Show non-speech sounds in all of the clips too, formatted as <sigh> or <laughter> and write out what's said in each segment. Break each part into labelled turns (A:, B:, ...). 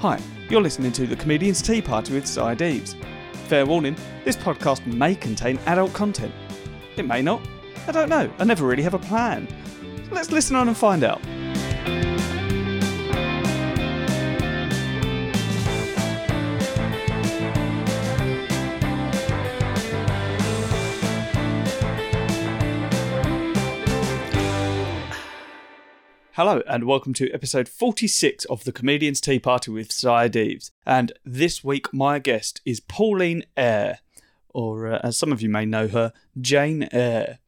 A: Hi, you're listening to The Comedian's Tea Party with Cy Deeves. Fair warning, this podcast may contain adult content. It may not. I don't know. I never really have a plan. So let's listen on and find out. Hello, and welcome to episode 46 of the Comedian's Tea Party with Cy Deeves. And this week, my guest is Pauline Eyre, or uh, as some of you may know her, Jane Eyre.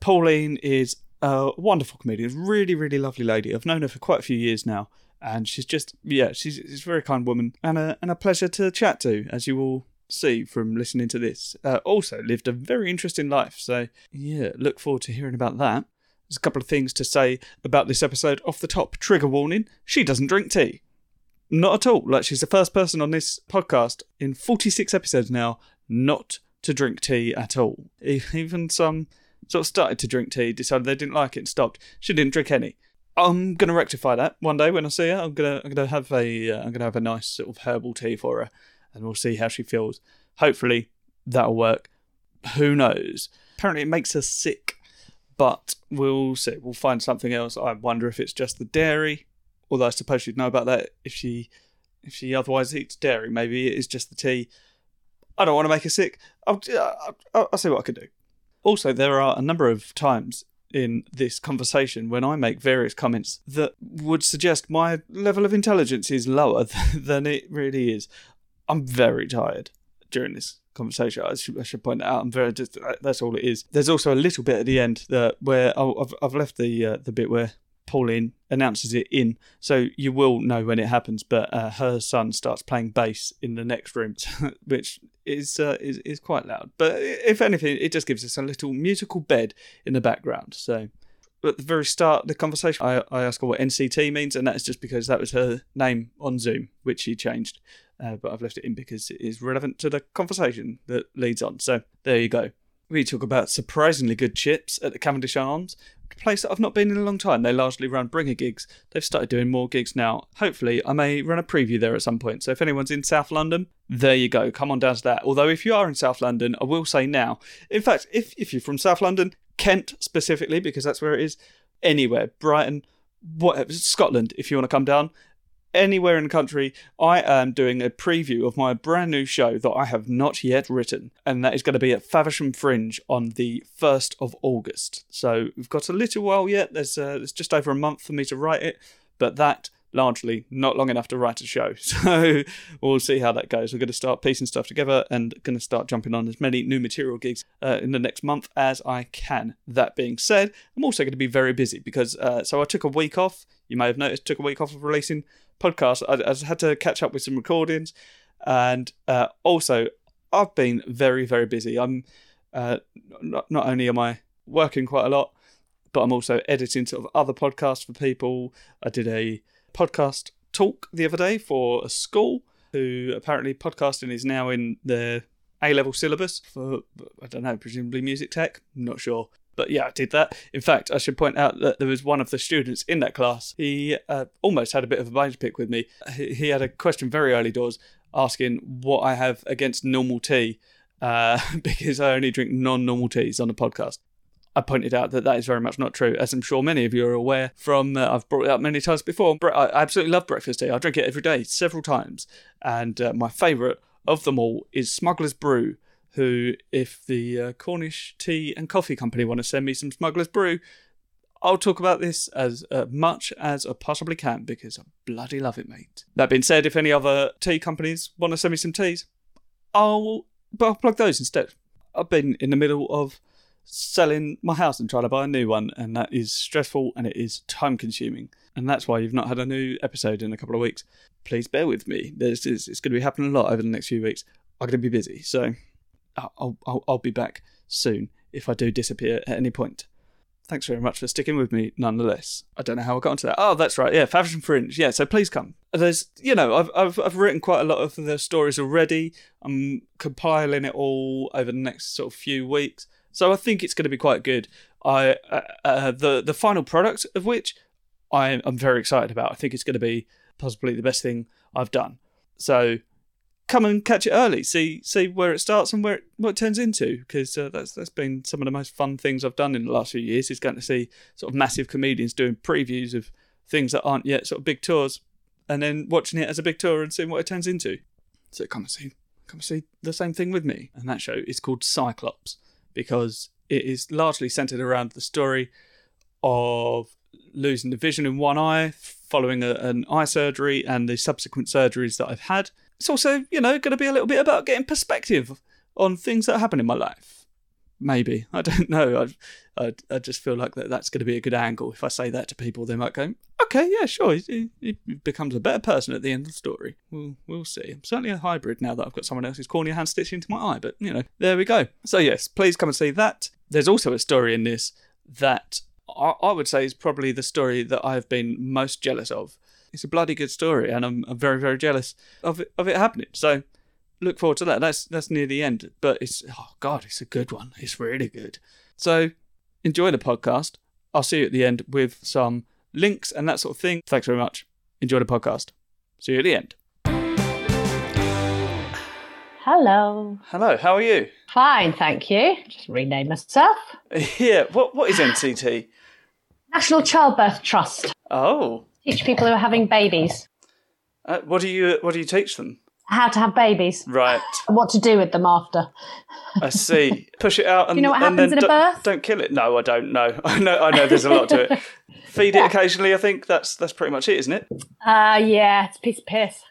A: Pauline is a wonderful comedian, really, really lovely lady. I've known her for quite a few years now, and she's just, yeah, she's, she's a very kind woman and a, and a pleasure to chat to, as you all see from listening to this. Uh, also, lived a very interesting life, so yeah, look forward to hearing about that. There's a couple of things to say about this episode off the top. Trigger warning she doesn't drink tea. Not at all. Like, she's the first person on this podcast in 46 episodes now not to drink tea at all. E- Even some sort of started to drink tea, decided they didn't like it and stopped. She didn't drink any. I'm gonna rectify that one day when I see her. I'm gonna I'm gonna have a uh, I'm gonna have a nice sort of herbal tea for her, and we'll see how she feels. Hopefully that'll work. Who knows? Apparently it makes her sick but we'll see. We'll find something else. I wonder if it's just the dairy. Although I suppose she'd know about that if she if she otherwise eats dairy. Maybe it is just the tea. I don't want to make her sick. I'll, I'll, I'll I'll see what I can do. Also, there are a number of times in this conversation when I make various comments that would suggest my level of intelligence is lower <laughs> than it really is. I'm very tired during this conversation. I should, I should point that out. I'm very just uh, that's all it is. There's also a little bit at the end that where oh, I've I've left the uh, the bit where Pauline announces it in, so you will know when it happens. But uh, her son starts playing bass in the next room, <laughs> which is uh, is is quite loud. But if anything, it just gives us a little musical bed in the background. So at the very start of the conversation, I, I ask her what NCT means, and that's just because that was her name on Zoom, which she changed. Uh, but I've left it in because it is relevant to the conversation that leads on. So there you go. We talk about surprisingly good chips at the Cavendish Arms, a place that I've not been in a long time. They largely run bringer gigs. They've started doing more gigs now. Hopefully, I may run a preview there at some point. So if anyone's in South London, there you go. Come on down to that. Although if you are in South London, I will say now. In fact, if if you're from South London, Kent specifically, because that's where it is. Anywhere, Brighton, whatever, Scotland. If you want to come down, anywhere in the country, I am doing a preview of my brand new show that I have not yet written, and that is going to be at Faversham Fringe on the 1st of August. So we've got a little while yet. There's, uh, there's just over a month for me to write it, but that largely not long enough to write a show. <laughs> So we'll see how that goes. We're going to start piecing stuff together and going to start jumping on as many new material gigs uh, in the next month as I can. That being said, I'm also going to be very busy because uh, so I took a week off. You may have noticed took a week off of releasing podcasts. I, I just had to catch up with some recordings, and uh, also I've been very very busy. I'm uh, not not only am I working quite a lot, but I'm also editing sort of other podcasts for people. I did a podcast talk the other day for a school who apparently podcasting is now in their A level syllabus for, I don't know, presumably music tech. I'm not sure. But yeah, I did that. In fact, I should point out that there was one of the students in that class. He uh, almost had a bit of a bone to pick with me. He, he had a question very early doors asking what I have against normal tea uh, <laughs> because I only drink non normal teas on the podcast. I pointed out that that is very much not true, as I'm sure many of you are aware from, uh, I've brought it up many times before. Bre- I absolutely love breakfast tea. I drink it every day, several times. And uh, my favourite of them all is Smuggler's Brew, who, if the uh, Cornish Tea and Coffee Company want to send me some Smuggler's Brew, I'll talk about this as uh, much as I possibly can because I bloody love it, mate. That being said, if any other tea companies want to send me some teas, I'll, but I'll plug those instead. I've been in the middle of selling my house and trying to buy a new one, and that is stressful and it is time consuming. And that's why you've not had a new episode in a couple of weeks. Please bear with me. There's, it's, it's going to be happening a lot over the next few weeks. I'm going to be busy, so I'll, I'll, I'll be back soon if I do disappear at any point. Thanks very much for sticking with me, nonetheless. I don't know how I got into that. Oh, that's right. Yeah, Faversham Fringe. Yeah, so please come. There's, you know, I've, I've, I've written quite a lot of the stories already. I'm compiling it all over the next sort of few weeks so I think it's going to be quite good. I uh, uh, the the final product of which I am very excited about. I think it's going to be possibly the best thing I've done. So come and catch it early. See see where it starts and where it, what it turns into. Because uh, that's that's been some of the most fun things I've done in the last few years. Is going to see sort of massive comedians doing previews of things that aren't yet sort of big tours, and then watching it as a big tour and seeing what it turns into. So come and see come and see the same thing with me. And that show is called Cyclops because it is largely centered around the story of losing the vision in one eye following a, an eye surgery and the subsequent surgeries that I've had. It's also, you know, going to be a little bit about getting perspective on things that happen in my life. Maybe I don't <laughs> know. I, I, I just feel like that that's going to be a good angle. If I say that to people, they might go, "Okay, yeah, sure." He, he- he becomes a better person at the end of the story. We'll we'll see. I'm certainly a hybrid now that I've got someone else's cornea hand stitched into my eye. But you know, there we go. So yes, please come and see that. There's also a story in this that I, I would say is probably the story that I've been most jealous of. It's a bloody good story, and I'm, I'm very, very jealous of it, of it happening. So look forward to that. That's that's near the end, but it's oh god, it's a good one. It's really good. So enjoy the podcast. I'll see you at the end with some links and that sort of thing. Thanks very much. Enjoy the podcast. See you at the end.
B: Hello.
A: Hello, how are you? <laughs>
B: Fine, thank you. Just rename myself.
A: Yeah. What what is NCT?
B: National Childbirth Trust.
A: Oh,
B: Teach people who are having babies
A: uh, what do you what do you teach them?
B: how to have babies
A: Right.
B: and what to do with them after.
A: I see. Push it out and
B: you know what
A: and
B: happens
A: then
B: in a
A: don't-
B: birth?
A: Don't kill it. No, <laughs> I don't know. I know I know there's a lot to it. Feed it occasionally, I think that's that's pretty much it, isn't it?
B: Uh, yeah, it's a piece of piss.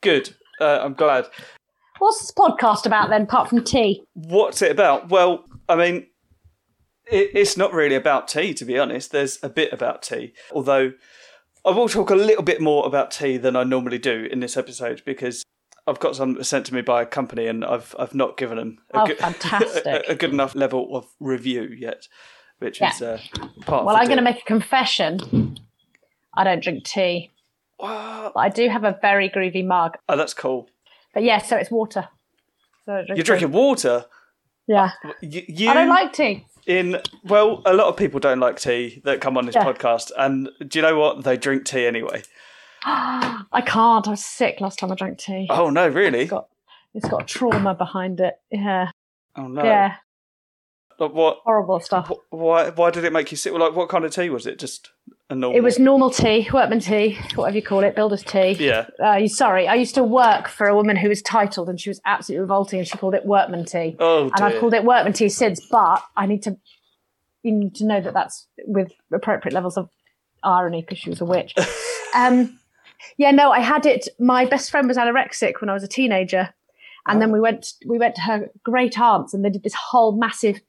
A: Good. Uh, I'm glad.
B: What's this podcast about then, apart from tea?
A: What's it about? Well, I mean, it, it's not really about tea, to be honest. There's a bit about tea, although I will talk a little bit more about tea than I normally do in this episode because I've got some sent to me by a company and I've I've not given them a,
B: Oh,
A: good, <laughs>
B: fantastic.
A: a, a good enough level of review yet, which is uh, part.
B: Well,
A: of
B: I'm
A: the
B: going to
A: deal.
B: make a confession. I don't drink tea,
A: Wow.
B: but I do have a very groovy mug.
A: Oh, that's cool.
B: But yeah, so it's water. So I don't
A: You're
B: drink tea.
A: drinking water.
B: Yeah.
A: You, you
B: I don't like tea.
A: in well, a lot of people don't like tea that come on this
B: Yeah.
A: podcast, and do you know what? They drink tea anyway.
B: I can't. I was sick last time I drank tea.
A: Oh no, really?
B: It's got, it's got trauma behind it. Yeah.
A: Oh no!
B: Yeah,
A: Like, what?
B: horrible stuff.
A: wh- Why? Why did it make you sick? Like, what kind of tea was it? Just a normal.
B: It was normal tea, workman tea, whatever you call it, builder's tea.
A: Yeah.
B: Uh, you- sorry, I used to work for a woman who was titled and she was absolutely revolting and she called it workman tea.
A: Oh
B: and
A: dear.
B: I've called it workman tea since, but I need to you need to know that that's with appropriate levels of irony because she was
A: <laughs>
B: a witch. um, yeah, no, I had it. My best friend was anorexic when I was a teenager, and
A: Oh.
B: then we went we went to her great aunt's, and they did this whole massive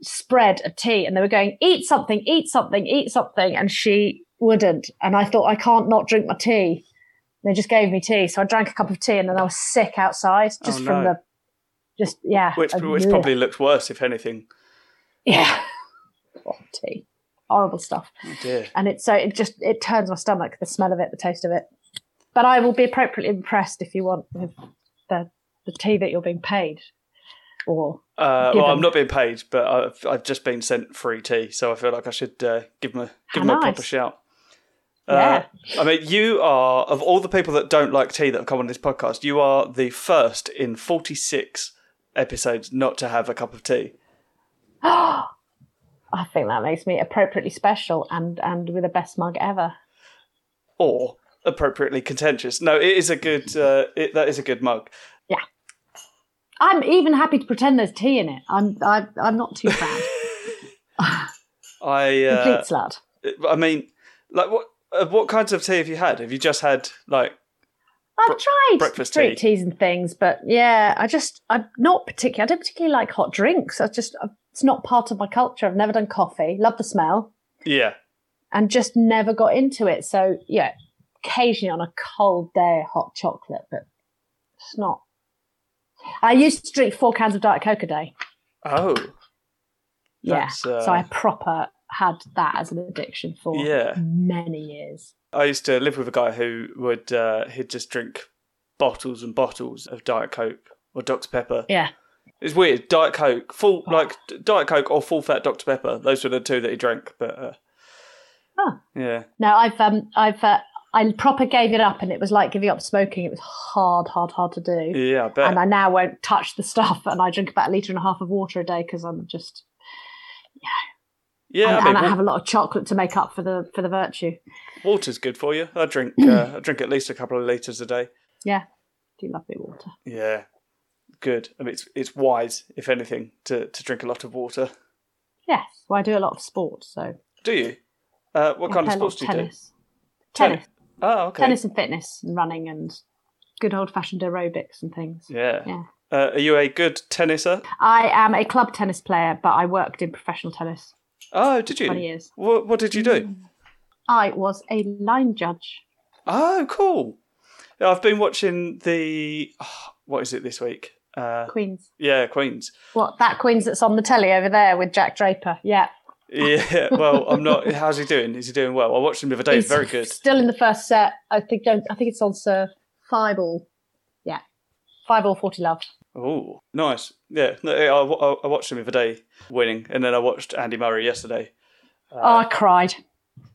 B: spread of tea, and they were going eat something, eat something, eat something, and she wouldn't, and I thought I can't not drink my tea. They just gave me tea, so I drank a cup of tea, and then I was sick outside just
A: Oh,
B: from
A: no.
B: the just yeah,
A: which
B: and-
A: which probably looked worse, if anything.
B: yeah, Oh, tea, horrible stuff
A: Oh dear.
B: and it's so it just it turns my stomach the smell of it the taste of it but i will be appropriately impressed if you want with the the tea that you're being paid or
A: Uh, well, I'm
B: Given.
A: not being paid, but I've, I've just been sent free tea, so I feel like I should uh, give them a give
B: How
A: 'em a
B: nice.
A: proper shout. Uh, I mean, you are of all the people that don't like tea that have come on this podcast, you are the first in 46 episodes not to have a cup of tea.
B: i think that makes me appropriately special and and with the best mug ever
A: or appropriately contentious. No, it is a good. Uh, it, that is a good mug.
B: i'm even happy to pretend there's tea in it i'm I, i'm not too bad
A: I. Uh,
B: complete slut
A: I mean, like what? Uh, what kinds of tea have you had? Have you just had like?
B: I've tried
A: breakfast
B: fruit
A: tea.
B: teas and things, but yeah, I just I'm not particularly. I don't particularly like hot drinks. I just I- it's not part of my culture. I've never done coffee. Love the smell.
A: Yeah.
B: and just never got into it. So yeah, occasionally on a cold day, hot chocolate, but it's not. I used to drink four cans of diet coke a day.
A: Oh.
B: Yeah,
A: That's, uh,
B: so I proper had that as an addiction for
A: Yeah.
B: many years.
A: I used to live with a guy who would uh, he'd just drink bottles and bottles of Diet Coke or Dr Pepper.
B: Yeah,
A: It's weird. Diet Coke, full
B: Oh.
A: like d- Diet Coke or full fat Dr Pepper. Those were the two that he drank. But uh,
B: Huh.
A: yeah,
B: no, I've um, I've uh, I proper gave it up, and it was like giving up smoking. It was hard, hard, hard to do.
A: Yeah, I bet.
B: And I now won't touch the stuff, and I drink about a liter and a half of water a day because I'm just
A: yeah,
B: and,
A: I mean,
B: and I
A: wa-
B: have a lot of chocolate to make up for the for the virtue.
A: water's good for you. I
B: <clears throat>
A: drink. Uh, I drink at least a couple of liters a day.
B: Yeah, do love me water.
A: Yeah, good. I mean, it's it's wise, if anything, to to drink a lot of water.
B: Yes, well, I do a lot of sport, so
A: Do you? Uh, what kind of
B: I play a lot
A: sports do you do?
B: tennis. Tennis,
A: Tennis. Oh, okay.
B: tennis, and fitness, and running, and good old fashioned aerobics and things.
A: Yeah.
B: Yeah.
A: Uh, are you a good tenniser?
B: I am a club tennis player, but I worked in professional tennis.
A: Oh, did you?
B: 20 years.
A: What, what did you do?
B: Mm. I was a line judge.
A: Oh, cool. Yeah, I've been watching the. oh, What is it this week? Uh,
B: Queens.
A: yeah, Queens.
B: What that Queens that's on the telly over there with Jack Draper? Yeah,
A: Yeah, <laughs> well, I'm not. How's he doing? Is he doing well? I watched him the other day. He's very good.
B: Still in the first set. I think. Don't, I think it's on Sir Five All. Yeah, Five All Forty Love.
A: Oh, nice. Yeah, no, I, I, I watched him the other day winning, and then I watched Andy Murray yesterday.
B: oh, I cried.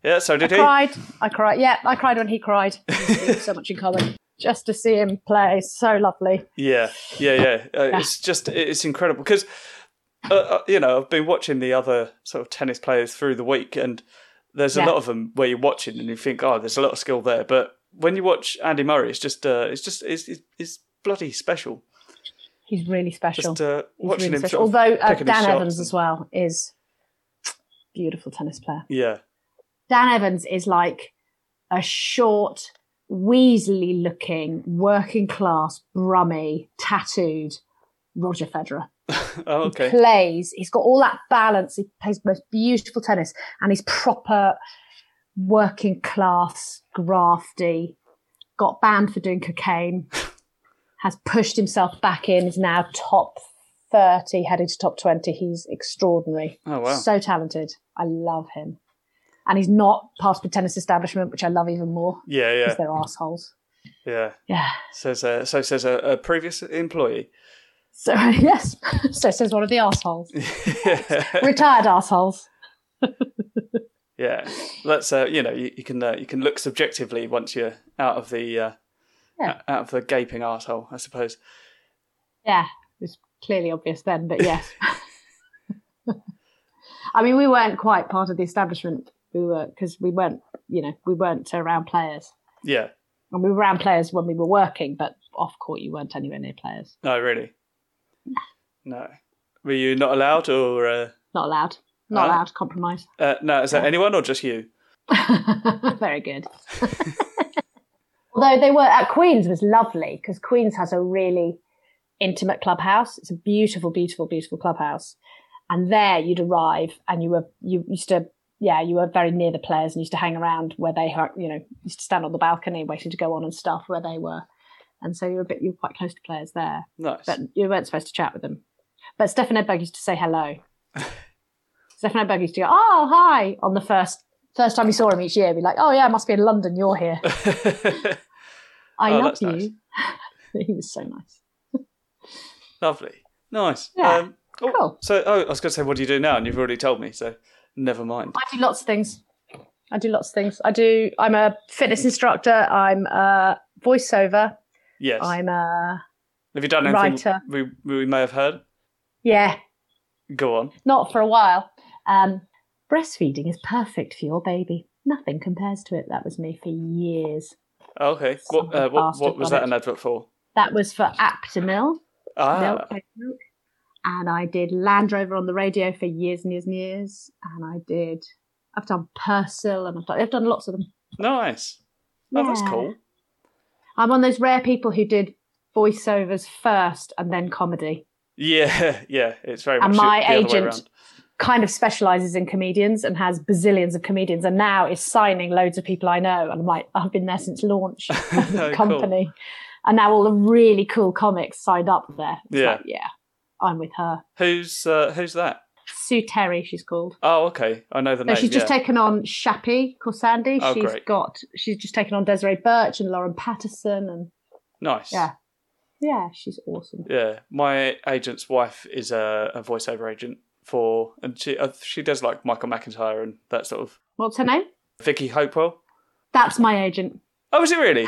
A: Yeah, so Uh, did
B: I
A: he.
B: cried. I cried. Yeah, I cried when he cried. We have so much in common. Just to see him play, is so lovely.
A: Yeah, yeah, yeah. Uh, It's just it's incredible because uh, uh, you know I've been watching the other sort of tennis players through the week, and there's a
B: Yeah.
A: lot of them where you're watching and you think, oh, there's a lot of skill there, but when you watch Andy Murray, it's just uh, it's just it's, it's, it's bloody special.
B: He's really special.
A: Just uh,
B: He's
A: watching
B: really
A: him.
B: special.
A: Sort of
B: Although uh,
A: picking his
B: Dan
A: shots
B: Evans
A: and-
B: as well is beautiful tennis player.
A: Yeah, <laughs>
B: Dan Evans is like a short, weaselly looking, working class, brummy, tattooed Roger Federer.
A: oh, okay.
B: Plays, he's got all that balance. He plays the most beautiful tennis and he's proper working class, grafty, got banned for doing cocaine, has pushed himself back in, is now top 30, heading to top 20. He's extraordinary.
A: Oh wow.
B: So talented. I love him. And he's not part of the tennis establishment, which I love even more
A: yeah, yeah,
B: because they're assholes.
A: yeah.
B: Yeah.
A: Says uh, so says a, a previous employee. <laughs>
B: So, <laughs> yes. so says one of the assholes.
A: yeah,
B: Retired assholes.
A: that's uh, you know you, you can uh, you can look subjectively once you're out of the uh,
B: Yeah.
A: out of the gaping arsehole, I suppose.
B: Yeah. It was clearly obvious then, but yes. <laughs> I mean, we weren't quite part of the establishment. We were, because we weren't, you know, we weren't around players.
A: Yeah.
B: And we were around players when we were working, but off court, you weren't anywhere near players.
A: No, really. No. Were you not allowed, or uh,
B: Not allowed. Not
A: Ah.
B: allowed to compromise.
A: uh, no? Is that anyone or just you?
B: <laughs> Very good. Although they were at Queen's was lovely because Queen's has a really intimate clubhouse. It's a beautiful, beautiful, beautiful clubhouse. And there you'd arrive and you were you used to yeah, you were very near the players and used to hang around where they had- you know, used to stand on the balcony waiting to go on and stuff where they were. And so you're a bit you're quite close to players there.
A: Nice.
B: But you weren't supposed to chat with them. But Stefan Edberg used to
A: <laughs>
B: say hello. Stefan Edberg used to go, "Oh, hi!" on the first first time we saw him each year. Be like, "Oh yeah, I must be in London. You're here. I
A: <laughs> Oh,
B: love
A: that's
B: you." <laughs>
A: nice.
B: he was so nice.
A: <laughs> Lovely. Nice.
B: Yeah,
A: oh,
B: cool.
A: So, oh, I was going to say, what do you do now? And you've already told me, so never mind.
B: I do lots of things. I do lots of things. I do. I'm a fitness instructor. I'm a voiceover.
A: Yes.
B: I'm a
A: Have you done anything
B: writer.
A: we we may have heard?
B: yeah.
A: Go on.
B: Not for a while. Um, breastfeeding is perfect for your baby. Nothing compares to it. That was me for years.
A: Okay. What uh,
B: Some
A: what,
B: bastard
A: what was
B: got
A: that
B: it.
A: an advert for?
B: That was for Aptamil.
A: Ah,
B: milk, oat milk. And I did Land Rover on the radio for years and years and years. And I did, I've done Purcell and I've done, I've done lots of them.
A: nice. Oh, that's
B: Yeah.
A: cool.
B: I'm one of those rare people who did voiceovers first and then comedy.
A: Yeah, <laughs> yeah. It's very
B: And
A: much
B: my
A: the other way
B: agent-
A: around.
B: Kind of specializes in comedians and has bazillions of comedians and now is signing loads of people I know. And I'm like, I've been there
A: <laughs>
B: since launch of
A: Oh,
B: the
A: cool.
B: company. And now all the really cool comics signed up there. It's
A: Yeah.
B: like, yeah, I'm with her.
A: Who's uh, who's that?
B: Sue Terry, she's called.
A: Oh, okay. I know the
B: No,
A: name.
B: she's just
A: yeah.
B: taken on Shappy Corsandi.
A: Oh,
B: She's
A: great.
B: got she's just taken on Desiree Birch and Lauren Patterson and
A: nice.
B: yeah. Yeah, she's awesome.
A: Yeah, my agent's wife is a, a voiceover agent for, and she uh, she does like Michael McIntyre and that sort of
B: What's her name?
A: Vicky Hopewell.
B: That's my agent.
A: Oh, is it
B: <laughs>
A: really?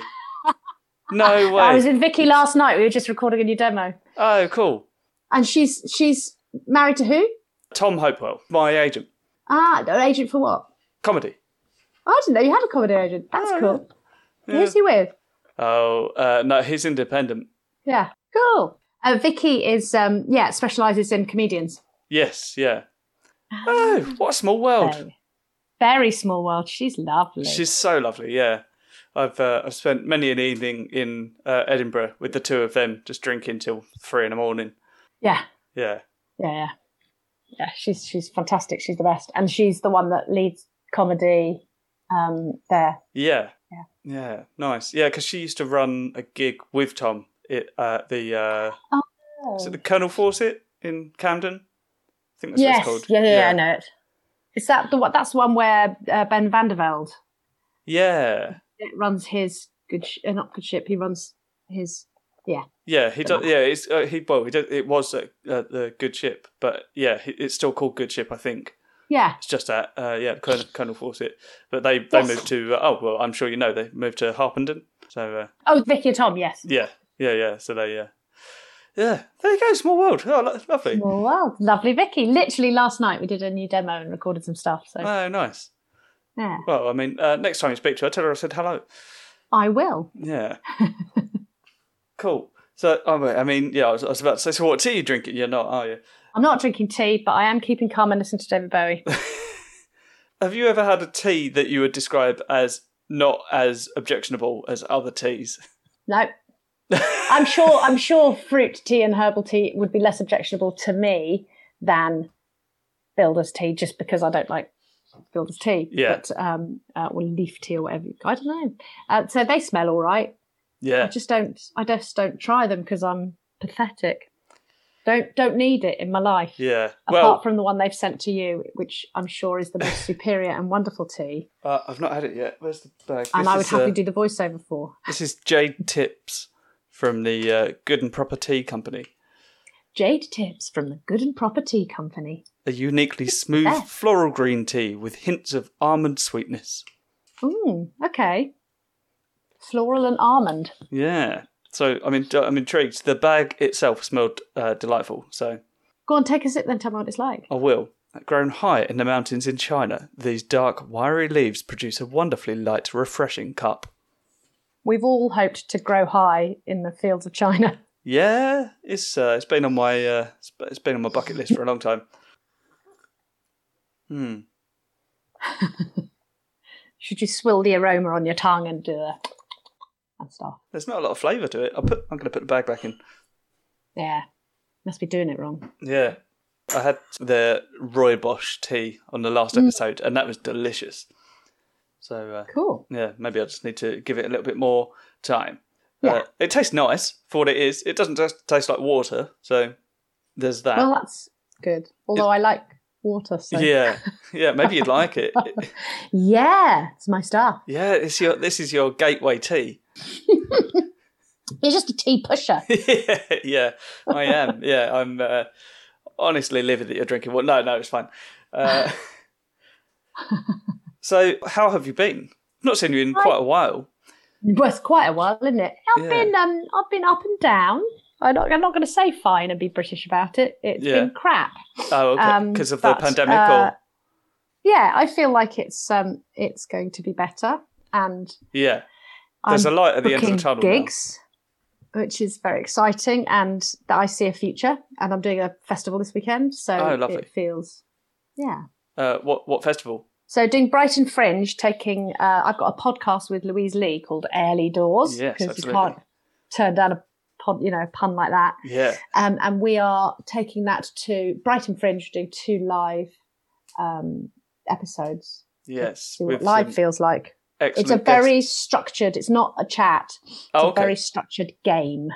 A: No way.
B: I was in Vicky last night. We were just recording a new demo,
A: Oh, cool.
B: and she's she's married to who?
A: Tom Hopewell, my agent.
B: Ah, an agent for what? Oh,
A: Comedy.
B: I didn't know you had a comedy agent. That's
A: Oh,
B: cool.
A: yeah.
B: Who's he with?
A: Oh, uh, no, he's independent.
B: Yeah, cool. Uh, Vicky is um, yeah specialises in comedians.
A: Yes, yeah. Oh, what a small world.
B: Very, very small world. She's lovely.
A: She's so lovely, yeah. I've uh, I've spent many an evening in uh, Edinburgh with the two of them, just drinking till three in the morning.
B: yeah,
A: Yeah.
B: yeah, yeah, yeah. She's she's fantastic. She's the best, and she's the one that leads comedy um, there.
A: Yeah.
B: Yeah.
A: Yeah. Nice. Yeah, because she used to run a gig with Tom at uh, the uh, is it the Colonel Fawcett in Camden. I think that's what
B: yes,
A: it's called.
B: yeah, yeah, yeah, I know it. Is that the one? That's the one where uh, Ben Vanderveld
A: Yeah.
B: it runs his good, sh- uh, not good ship. He runs his
A: Yeah, he does. Yeah, it's uh, he. Well, he does, it was uh, uh, the good ship, but yeah, he- it's still called good ship. I think
B: yeah.
A: it's just that. Uh, yeah, Colonel, Colonel Fawcett, but they they
B: Yes.
A: moved to. Uh, oh well, I'm sure you know they moved to Harpenden. So uh,
B: Oh, Vicky and Tom, yes.
A: yeah, yeah, yeah. So they uh, yeah, there you go, small world. Oh, lo- lovely.
B: Well, well, lovely Vicky. Literally last night we did a new demo and recorded some stuff. So
A: Oh, nice.
B: yeah,
A: Well, I mean, uh, next time you speak to her, tell her I said hello.
B: I will.
A: Yeah. cool. So, oh, wait, I mean, yeah, I was, I was about to say, so what tea are you drinking? You're not, are you?
B: I'm not drinking tea, but I am keeping calm and listening to
A: <laughs>
B: David Bowie.
A: Have you ever had a tea that you would describe as not as objectionable as other teas? <laughs>
B: no, I'm sure. I'm sure fruit tea and herbal tea would be less objectionable to me than builder's tea, just because I don't like builder's tea.
A: Yeah.
B: But um, uh, or leaf tea or whatever. you- I don't know. Uh, so they smell all right. I <laughs>
A: Yeah.
B: just don't. I just don't try them because I'm pathetic. Don't don't need it in my life.
A: Yeah.
B: apart
A: Well,
B: from the one they've sent to you, which I'm sure is
A: <laughs>
B: the most superior and wonderful tea,
A: uh, I've not had it yet. Where's the bag?
B: and
A: This
B: I would
A: is,
B: happily
A: uh,
B: do the voiceover for.
A: This is Jade Tips from the uh, Good and Proper Tea Company.
B: Jade Tips from the Good and Proper Tea Company.
A: A uniquely smooth
B: best.
A: floral green tea with hints of almond sweetness.
B: Mm, okay. Floral and almond.
A: Yeah. So I mean, I'm intrigued. The bag itself smelled uh, delightful, so
B: Go on, take a sip then, tell me what it's like.
A: I will. Grown high in the mountains in China, these dark, wiry leaves produce a wonderfully light, refreshing cup.
B: We've all hoped to grow high in the fields of China. <laughs>
A: Yeah, it's uh, it's been on my uh, it's- it's been on my bucket list for a long time. Hmm.
B: Should you swill the aroma on your tongue and do a and stuff?
A: There's not a lot of flavour to it. I'll put I'm going to put the bag back in.
B: Yeah. Must be doing it wrong.
A: Yeah. I had the rooibos tea on the last
B: Mm.
A: episode, and that was delicious. So uh,
B: Cool.
A: Yeah, maybe I just need to give it a little bit more time.
B: Yeah.
A: Uh, it tastes nice for what it is. It doesn't just taste like water, so there's that.
B: Well, that's good. Although I like water, so
A: yeah, yeah. Maybe you'd like
B: <laughs>
A: it. It-
B: yeah it's my stuff.
A: Yeah, it's your. This is your gateway tea.
B: You're just a tea pusher.
A: <laughs> yeah, I am. Yeah, I'm. Uh, honestly, livid that you're drinking. Well, no, no, it's fine.
B: <laughs>
A: Uh, so, how have you been? Not seen you in quite a while.
B: Well, it's quite a while, isn't it? I've
A: Yeah.
B: been um, I've been up and down. I'm not, I'm not going to say fine and be British about it. It's
A: Yeah.
B: been crap.
A: Oh, okay.
B: Um,
A: Because of
B: but,
A: the pandemic,
B: uh,
A: or
B: Yeah, I feel like it's um, it's going to be better, and
A: yeah, there's a light at the end of the
B: booking
A: tunnel. now.
B: gigs, which is very exciting, and that I see a future. And I'm doing a festival this weekend, so
A: Oh, lovely.
B: it feels yeah.
A: Uh, what what festival?
B: So doing Brighton Fringe, taking uh, I've got a podcast with Louise Lee called Early Doors
A: Yes,
B: you
A: absolutely.
B: can't turn down a pod, you know a pun like that.
A: Yeah.
B: Um, and we are taking that to Brighton Fringe, doing two live um, episodes.
A: Yes.
B: See what
A: with
B: live
A: some
B: feels like.
A: excellent
B: It's a very
A: guests.
B: structured. It's not a chat. It's
A: Oh,
B: a
A: okay.
B: very structured game.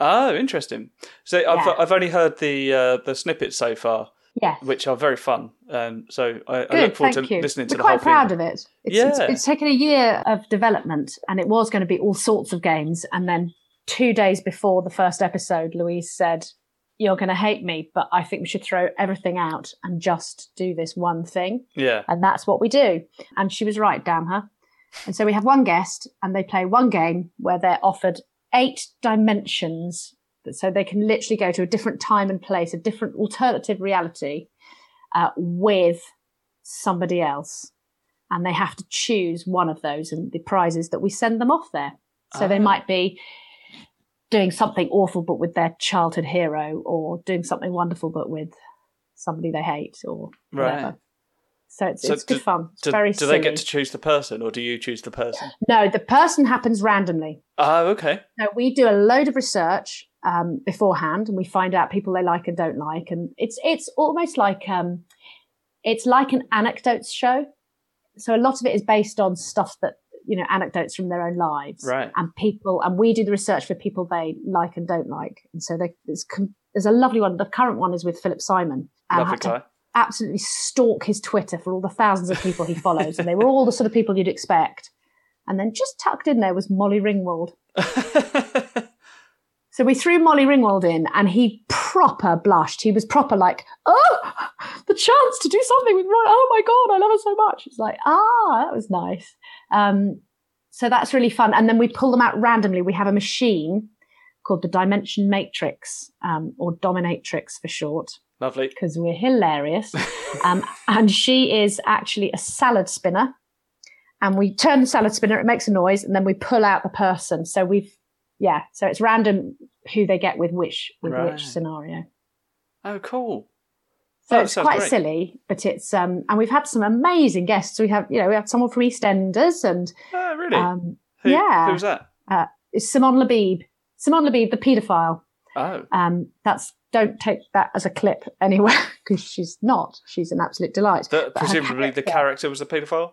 A: Oh, interesting. So I've
B: Yeah.
A: I've only heard the uh, the snippets so far,
B: Yes.
A: which are very fun. Um, so I, I
B: Good,
A: look forward
B: thank
A: to
B: you.
A: listening
B: We're
A: to the
B: quite
A: whole
B: proud
A: thing.
B: of it. It's, it's,
A: Yeah.
B: it's taken a year of development, and it was going to be all sorts of games. And then two days before the first episode, Louise said, "You're going to hate me, but I think we should throw everything out and just do this one thing."
A: Yeah.
B: And that's what we do. And she was right, damn her. And so we have one guest and they play one game where they're offered eight dimensions. So they can literally go to a different time and place, a different alternative reality uh, with somebody else. And they have to choose one of those and the prizes that we send them off there. So they
A: Ah.
B: might be doing something awful but with their childhood hero or doing something wonderful but with somebody they hate or
A: Right.
B: whatever. So it's,
A: So
B: it's good
A: do-
B: fun. It's
A: Do,
B: very
A: do they
B: silly.
A: get to choose the person, or do you choose the
B: <gasps>
A: person?
B: No, the person happens randomly.
A: Oh, okay.
B: So we do a load of research um, beforehand, and we find out people they like and don't like, and it's it's almost like um, it's like an anecdotes show. So a lot of it is based on stuff that you know anecdotes from their own lives,
A: Right.
B: and people, and we do the research for people they like and don't like, and so they, there's com- there's a lovely one. The current one is with Philip Simon. and I
A: Lovely
B: had to
A: guy.
B: absolutely stalk his Twitter for all the thousands of people he follows, and they were all the sort of people you'd expect. And then just tucked in there was Molly Ringwald. So we threw Molly Ringwald in, and he proper blushed. He was proper like, "Oh, the chance to do something with Ron! Oh my god, I love her so much!" It's like, ah, that was nice. Um, so that's really fun. And then we pull them out randomly. We have a machine called the Dimension Matrix, um, or Dominatrix for short,
A: <laughs> Lovely.
B: because we're hilarious.
A: <laughs>
B: Um, and she is actually a salad spinner. And we turn the salad spinner, it makes a noise, and then we pull out the person. So we've, yeah, so it's random who they get with which with
A: Right.
B: which scenario.
A: Oh, cool.
B: So
A: That
B: it's
A: sounds
B: quite
A: great.
B: silly, but it's um, and we've had some amazing guests. We have, you know, we have someone from EastEnders, and
A: Oh, really?
B: um,
A: who,
B: yeah.
A: Who was that?
B: it's Simon Labib, Simon Labib, the paedophile.
A: Oh,
B: Um, that's don't take that as a clip anywhere <laughs> because she's not. She's an absolute delight.
A: the,
B: her
A: presumably the
B: character-
A: character was the paedophile.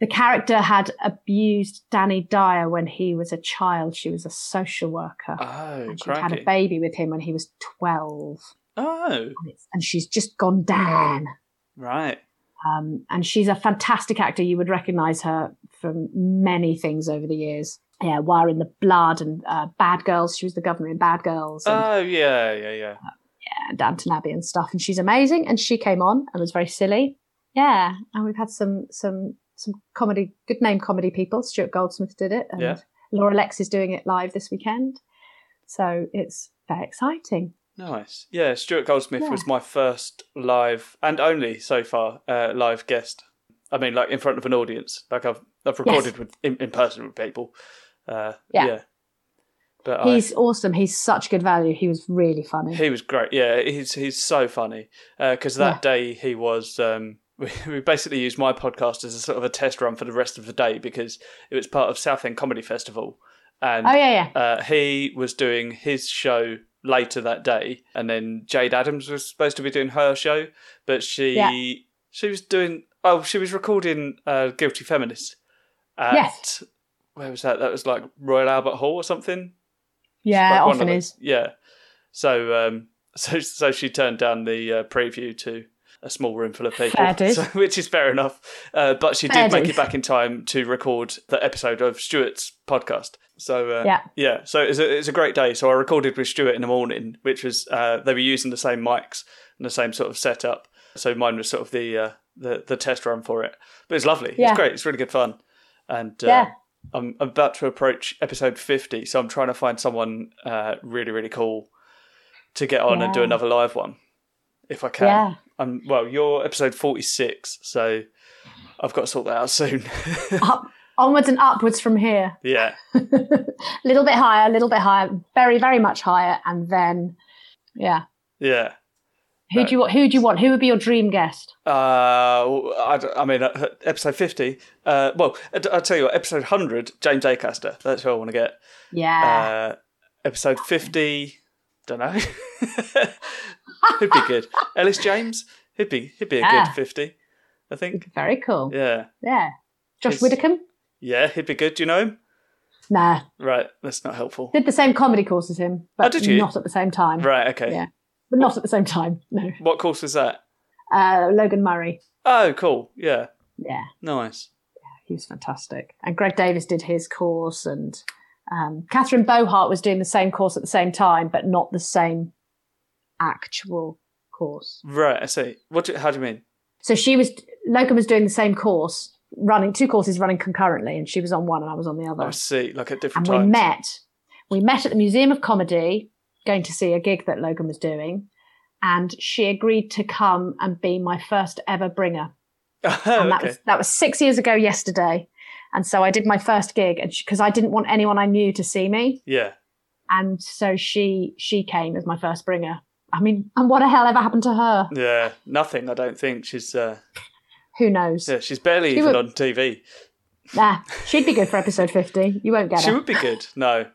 B: the character had abused Danny Dyer when he was a child. She was a social worker.
A: Oh,
B: and she had a
A: crikey.
B: baby with him when he was 12.
A: Oh,
B: And, it's, and she's just gone down.
A: right.
B: Um, and she's a fantastic actor. You would recognize her from many things over the years. Yeah, Wire in the Blood and uh, Bad Girls. She was the governor in Bad Girls and,
A: Oh, yeah, yeah, yeah.
B: and Downton Abbey and stuff. And she's amazing. And she came on and was very silly. Yeah. And we've had some some some comedy, good name comedy people. Stuart Goldsmith did it, and
A: Yeah.
B: Laura Lex is doing it live this weekend. So it's very exciting.
A: Nice. Yeah, Stuart Goldsmith
B: Yeah.
A: was my first live and only so far uh, live guest. I mean, like in front of an audience. Like I've I've recorded with in, in person with people. Uh, yeah.
B: Yeah.
A: But
B: He's awesome. He's such good value. He was really
A: I,
B: funny.
A: he was great. Yeah, he's he's so funny. Because that
B: Yeah.
A: day he was. Um, <laughs> we, we basically used my podcast as a sort of a test run for the rest of the day because it was part of Southend Comedy Festival, and
B: oh yeah, yeah.
A: uh, he was doing his show later that day, and then Jade Adams was supposed to be doing her show, but she she was doing oh she was recording uh, Guilty Feminist at
B: Yes.
A: where was that? That was like Royal Albert Hall or something.
B: Yeah,
A: Like one
B: often
A: of the-
B: is.
A: Yeah, so um, <laughs> so so she turned down the uh, preview to. A small room full of people,
B: Fair
A: <laughs>
B: dues.
A: so- which is fair enough. Uh, but she
B: Fair
A: did make
B: dues.
A: it back in time to record the episode of Stuart's podcast. So uh,
B: Yeah.
A: yeah, so it's a, it's a great day. So I recorded with Stuart in the morning, which was uh, they were using the same mics and the same sort of setup. So mine was sort of the uh, the, the test run for it, but it's lovely.
B: Yeah.
A: It's great. It's really good fun. And uh,
B: Yeah.
A: I'm about to approach episode fifty, so I'm trying to find someone uh, really really cool to get on and do
B: Yeah.
A: another live one if I can.
B: Yeah.
A: Um, well, you're episode forty six, so I've got to sort that out <laughs> soon.
B: Up, onwards and upwards from here.
A: yeah.
B: little bit higher, a little bit higher, very, very much higher, and then yeah.
A: Yeah.
B: Who do you want? Who do you want? Who would be your dream guest?
A: Uh, I, d- I mean, uh, episode 50. Uh, well, I d- I'll tell you what, episode 100, James Acaster. That's who I want to get.
B: Yeah,
A: Uh, episode 50, don't know. <laughs> he'd be good. Ellis James, he'd be, he'd be a
B: Yeah.
A: good 50, I think.
B: very cool. Yeah,
A: Yeah.
B: Josh
A: It's-
B: Widdicombe.
A: Yeah, he'd be good. Do you know him?
B: Nah,
A: Right, that's not helpful.
B: did the same comedy course as him, but
A: Oh, did you?
B: not at the same time.
A: Right, okay.
B: Yeah. But not at the same time. No,
A: What course was that?
B: uh, Logan Murray.
A: Oh, cool. Yeah,
B: Yeah,
A: nice.
B: he was fantastic. And Greg Davis did his course, and um, Catherine Bohart was doing the same course at the same time, but not the same actual course.
A: Right, I see. What do, how do you mean?
B: So she was Logan was doing the same course, running two courses running concurrently, and she was on one and I was on the other.
A: I see, like at
B: and
A: different
B: we
A: times.
B: met. We met at the Museum of Comedy, going to see a gig that Logan was doing, and she agreed to come and be my first ever bringer.
A: <laughs> Oh,
B: and that
A: okay.
B: was that was six years ago yesterday, and so I did my first gig, and because I didn't want anyone I knew to see me,
A: Yeah.
B: and so she she came as my first bringer. I mean, and what the hell ever happened to her?
A: Yeah. Nothing, I don't think. She's uh
B: Who knows?
A: yeah, she's barely
B: She
A: even
B: would-
A: on TV.
B: Nah, she'd be good for episode fifty. You won't get
A: She
B: her.
A: would be good. No.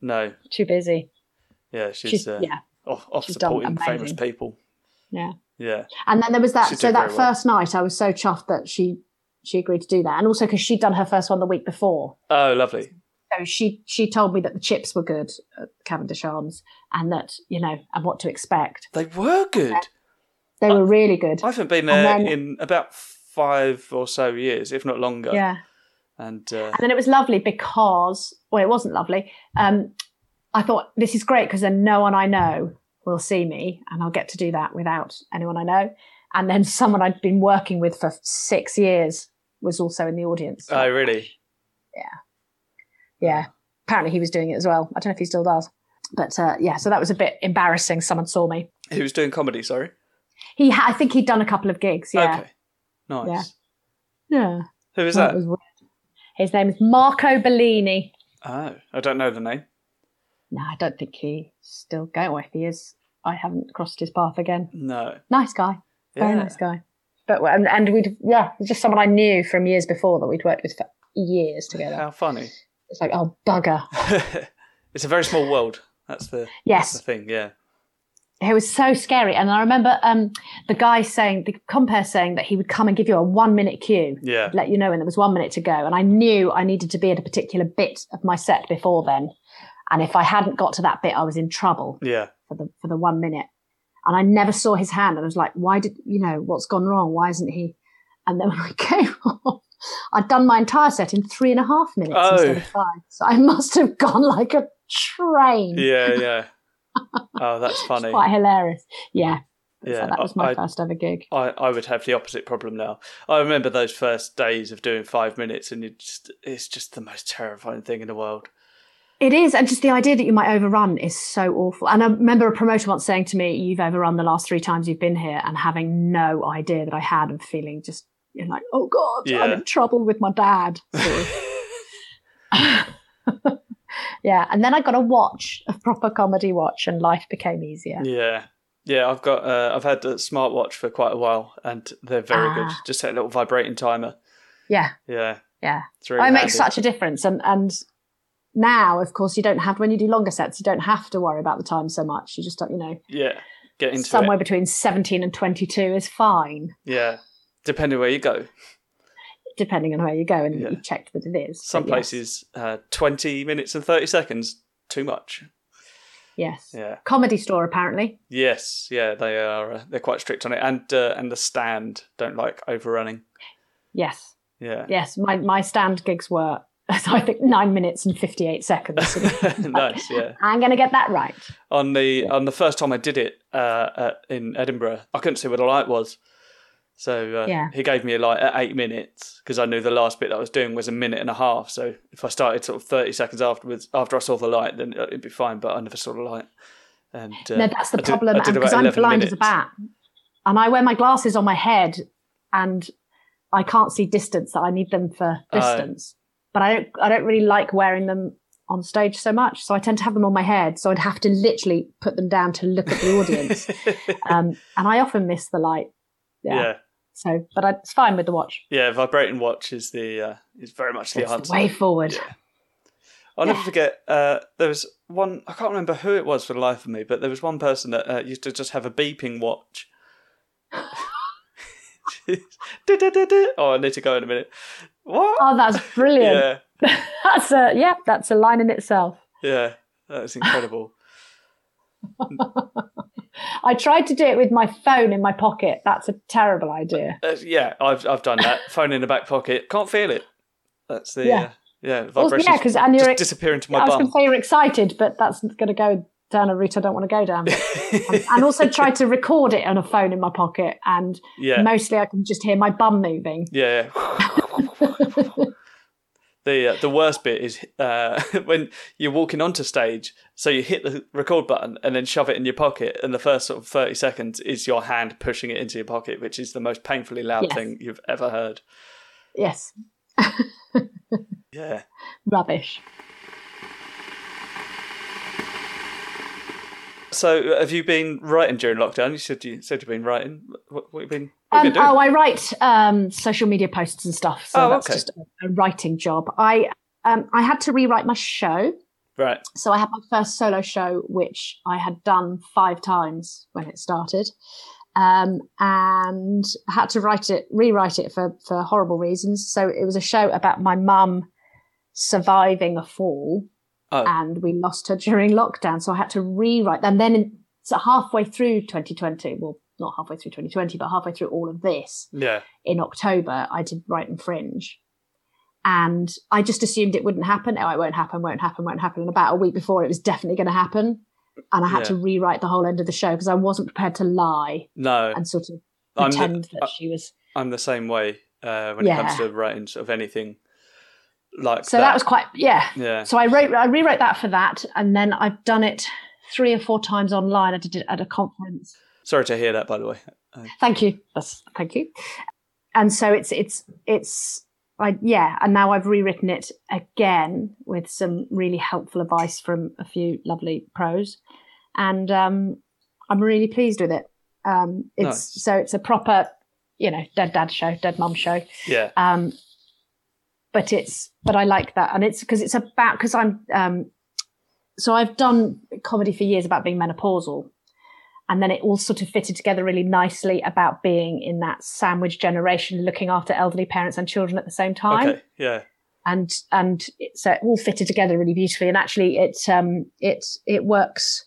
A: No.
B: Too busy.
A: Yeah, she's,
B: She's
A: uh,
B: yeah,
A: off, off
B: she's done
A: supporting famous
B: amazing.
A: people.
B: yeah.
A: Yeah.
B: And then there was
A: She
B: that. So
A: did
B: that
A: very well.
B: first night, I was so chuffed that she she agreed to do that, and also because she'd done her first one the week before.
A: Oh, lovely.
B: So she she told me that the chips were good at Cavendish Arms, and that you know, and what to expect.
A: They were good.
B: They were really good.
A: I haven't been
B: And
A: there
B: then-
A: in about five or so years, if not longer.
B: Yeah.
A: And uh,
B: And then it was lovely because well, it wasn't lovely. Um, I thought this is great because then no one I know will see me, and I'll get to do that without anyone I know. And then someone I'd been working with for six years was also in the audience.
A: oh, really?
B: yeah apparently he was doing it as well i don't know if he still does but uh, yeah so that was a bit embarrassing someone saw me
A: He was doing comedy. Sorry.
B: he ha- i think he'd done a couple of gigs yeah
A: Okay. Nice.
B: Yeah. yeah
A: Who is
B: That
A: that?
B: was weird. his name is marco bellini
A: Oh, I don't know the name.
B: no i don't think he's still going or if he is i haven't crossed his path again
A: No.
B: nice guy very
A: Yeah.
B: nice guy but and, and we'd yeah just someone i knew from years before that we'd worked with for years together
A: How funny. <laughs>
B: it's like oh bugger
A: it's a very small world. That's the that's
B: yes
A: the thing. Yeah.
B: It was so scary. And I remember um, the guy saying, the compere saying that he would come and give you a one minute cue,
A: Yeah.
B: let you know when there was one minute to go. And I knew I needed to be at a particular bit of my set before then. And if I hadn't got to that bit, I was in trouble
A: Yeah.
B: for the, for the one minute. And I never saw his hand. And I was like, why did, you know, what's gone wrong? Why isn't he? And then <laughs> when I came on, I'd done my entire set in three and a half minutes
A: Oh.
B: instead of five. So I must have gone like a train.
A: Yeah. Yeah. oh, that's funny.
B: Quite hilarious. Yeah.
A: Yeah,
B: so that was my
A: I-
B: first ever gig.
A: I, I would have the opposite problem now. I remember those first days of doing five minutes, and you just, it's just the most terrifying thing in the world.
B: It is, and just the idea that you might overrun is so awful. And I remember a promoter once saying to me, "You've overrun the last three times you've been here," and having no idea that I had, and feeling just you know, like, "Oh God, I'm
A: Yeah.
B: in trouble with my dad." sort of. yeah, and then I got a watch, a proper comedy watch, and life became easier.
A: <laughs> Yeah. Yeah, I've got uh, I've had a smartwatch for quite a while and they're very good.
B: Ah.
A: Just set a little vibrating timer.
B: Yeah,
A: Yeah.
B: Yeah.
A: It's really
B: I make
A: handy.
B: such a difference, and and now, of course, you don't have when you do longer sets, you don't have to worry about the time so much. You just don't, you know,
A: Yeah. Get into
B: somewhere
A: it.
B: between seventeen and twenty-two is fine.
A: Yeah. Depending where you go.
B: depending on where you go and
A: Yeah.
B: you checked that it is.
A: Some
B: But yes,
A: places uh, twenty minutes and thirty seconds, too much.
B: Yes.
A: Yeah.
B: Comedy store, apparently.
A: Yes, yeah, they are uh, they're quite strict on it. And uh, and the stand don't like overrunning.
B: Yes.
A: Yeah.
B: Yes. My, my stand gigs were, <laughs> I think, nine minutes and 58 seconds.
A: <laughs>
B: <laughs>
A: nice, yeah.
B: I'm going to get that right.
A: on the on the first time I did it uh, at, in Edinburgh, I couldn't see where the light was. So uh,
B: Yeah.
A: he gave me a light at eight minutes because I knew the last bit that I was doing was a minute and a half. So if I started sort of thirty seconds afterwards, after I saw the light, then it'd be fine. But I never saw the light. And uh,
B: no, that's the
A: I did-
B: problem.
A: I did
B: Because
A: about
B: I'm
A: 11
B: blind as a
A: minutes.
B: bat. And I wear my glasses on my head and I can't see distance that I need them for
A: Oh.
B: distance. but I don't, I don't really like wearing them on stage so much. So I tend to have them on my head. So I'd have to literally put them down to look at
A: <laughs>
B: the audience. um, and I often miss the light.
A: yeah. yeah,
B: So, but I, it's fine with the watch.
A: Vibrating watch is the uh, is very much the
B: It's the
A: answer.
B: way forward.
A: Yeah. I'll never forget. Uh, there was one. I can't remember who it was for the life of me, but there was one person that uh, used to just have a beeping watch. <laughs> Du-du-du-du. oh, I need to go in a minute. What?
B: Oh, that's brilliant.
A: yeah,
B: That's a yeah, that's a line in itself.
A: yeah, that's incredible.
B: <laughs> I tried to do it with my phone in my pocket. That's a terrible idea.
A: Uh, yeah, I've I've done that. Phone in the back pocket. Can't feel it. That's the
B: Yeah.
A: yeah, uh, yeah
B: Also,
A: vibrations.
B: yeah, because and you're
A: just
B: ex-
A: disappear into
B: I
A: my
B: was going
A: bum.
B: to say you're excited, but that's going to go down a route I don't want to go
A: <laughs>
B: down. and, and also tried to record it on a phone in my pocket, and
A: yeah,
B: mostly I can just hear my bum moving.
A: yeah, yeah. the uh, the worst bit is uh, <laughs> when you're walking onto stage. So you hit the record button and then shove it in your pocket, and the first sort of thirty seconds is your hand pushing it into your pocket, which is the most painfully loud
B: Yes.
A: thing you've ever heard.
B: yes,
A: Yeah,
B: rubbish.
A: So, uh, have you been writing during lockdown? You said you said you've been writing. What, what have you been? What have
B: Um,
A: you been doing?
B: oh, I write um, social media posts and stuff, so
A: Oh,
B: that's
A: okay.
B: just a, a writing job. I um, I had to rewrite my show,
A: right.
B: so I had my first solo show, which I had done five times when it started, um, and I had to write it, rewrite it for for horrible reasons. So it was a show about my mum surviving a fall,
A: Oh.
B: and we lost her during lockdown. So I had to rewrite, and then in, so halfway through 2020, well, not halfway through 2020, but halfway through all of this
A: Yeah.
B: in October, I did Write and Fringe. And I just assumed it wouldn't happen. Oh, it won't happen, won't happen, won't happen. And about a week before, it was definitely going to happen. And I had
A: Yeah.
B: to rewrite the whole end of the show because I wasn't prepared to lie
A: No,
B: and sort of
A: I'm the, uh,
B: pretend that she was.
A: I'm the same way uh, when it comes to writing sort of anything like
B: So that was quite, yeah.
A: yeah.
B: So I wrote, I rewrote that for that. And then I've done it three or four times online. I did it at a conference
A: Sorry to hear that, by the way.
B: Thank you. That's thank you. And so it's it's it's I yeah, and now I've rewritten it again with some really helpful advice from a few lovely pros, and um, I'm really pleased with it. Um, it's
A: Nice.
B: so it's a proper, you know, dead dad show, dead mum show.
A: Yeah.
B: Um, but it's but I like that, and it's because it's about because I'm um, so I've done comedy for years about being menopausal, and then it all sort of fitted together really nicely about being in that sandwich generation, looking after elderly parents and children at the same time,
A: Okay. Yeah.
B: and and it, so it all fitted together really beautifully, and actually it um it it works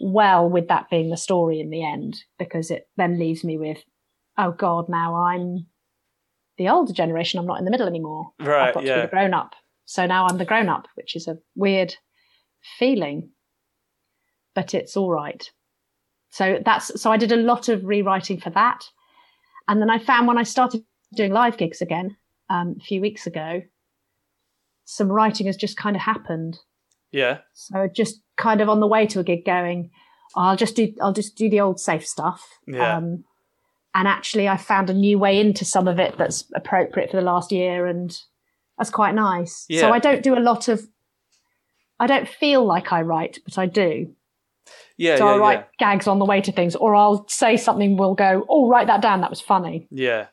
B: well with that being the story in the end because it then leaves me with oh god now i'm the older generation i'm not in the middle anymore I've
A: Right.
B: got to be
A: Yeah.
B: the grown up. So now I'm the grown up, which is a weird feeling, but it's all right. So that's so I did a lot of rewriting for that, and then I found when I started doing live gigs again um, a few weeks ago, some writing has just kind of happened.
A: Yeah.
B: So just kind of on the way to a gig, going, I'll just do I'll just do the old safe stuff.
A: Yeah.
B: Um, and actually, I found a new way into some of it that's appropriate for the last year, and that's quite nice.
A: Yeah.
B: So I don't do a lot of. I don't feel like I write, but I do.
A: Yeah.
B: so
A: yeah,
B: I
A: yeah.
B: write gags on the way to things, or I'll say something. We'll go, oh, write that down. That was funny,
A: Yeah.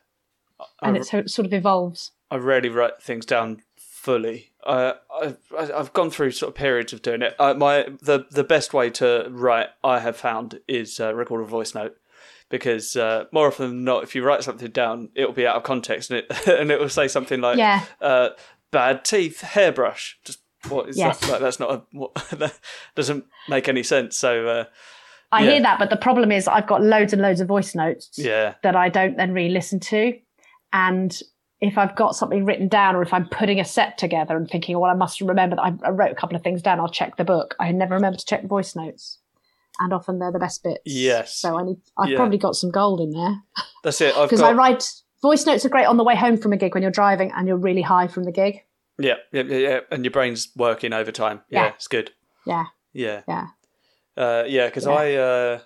A: I-
B: and it's how it sort of evolves.
A: I rarely write things down fully. Uh, I, I I've gone through sort of periods of doing it. Uh, my the the best way to write I have found is uh, record a voice note because uh, more often than not, if you write something down, it'll be out of context and it <laughs> and it will say something like
B: yeah,
A: uh, bad teeth, hairbrush. Just what is
B: Yes.
A: that? Like, that's not a, what, <laughs> that doesn't make any sense. So uh,
B: I
A: yeah.
B: hear that, but the problem is I've got loads and loads of voice notes.
A: yeah,
B: that I don't then really listen to. And if I've got something written down or if I'm putting a set together and thinking, well, I must remember that I, I wrote a couple of things down, I'll check the book. I never remember to check the voice notes. And often they're the best bits.
A: Yes.
B: So I need, I've
A: Yeah.
B: probably got some gold in there
A: that's it. I've
B: because
A: got
B: I write voice notes are great on the way home from a gig when you're driving and you're really high from the gig.
A: yeah, yeah, yeah, yeah, and your brain's working overtime. yeah.
B: Yeah.
A: it's good.
B: Yeah.
A: Yeah.
B: Yeah.
A: Uh, yeah, because
B: Yeah.
A: I, uh,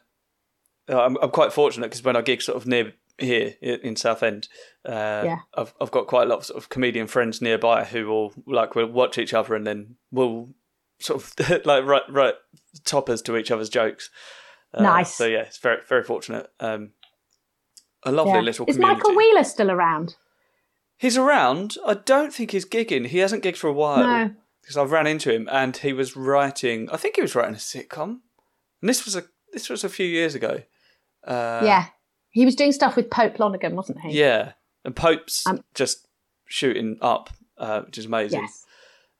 A: I'm, I'm quite fortunate because when I gig sort of near here i- in Southend, uh,
B: Yeah.
A: I've, I've got quite a lot of sort of comedian friends nearby who will like will watch each other and then will sort of <laughs> like write, write toppers to each other's jokes. Uh,
B: Nice.
A: So yeah, it's very very fortunate. Um, a lovely
B: Yeah.
A: little
B: Is
A: community.
B: Michael Wheeler still around?
A: He's around. I don't think he's gigging. He hasn't gigged for a while.
B: No.
A: Because I've ran into him and he was writing I think he was writing a sitcom. And this was a this was a few years ago. Uh,
B: yeah. He was doing stuff with Pope Lonergan, wasn't he?
A: Yeah. And Pope's
B: Um,
A: just shooting up, uh, which is amazing.
B: Yes.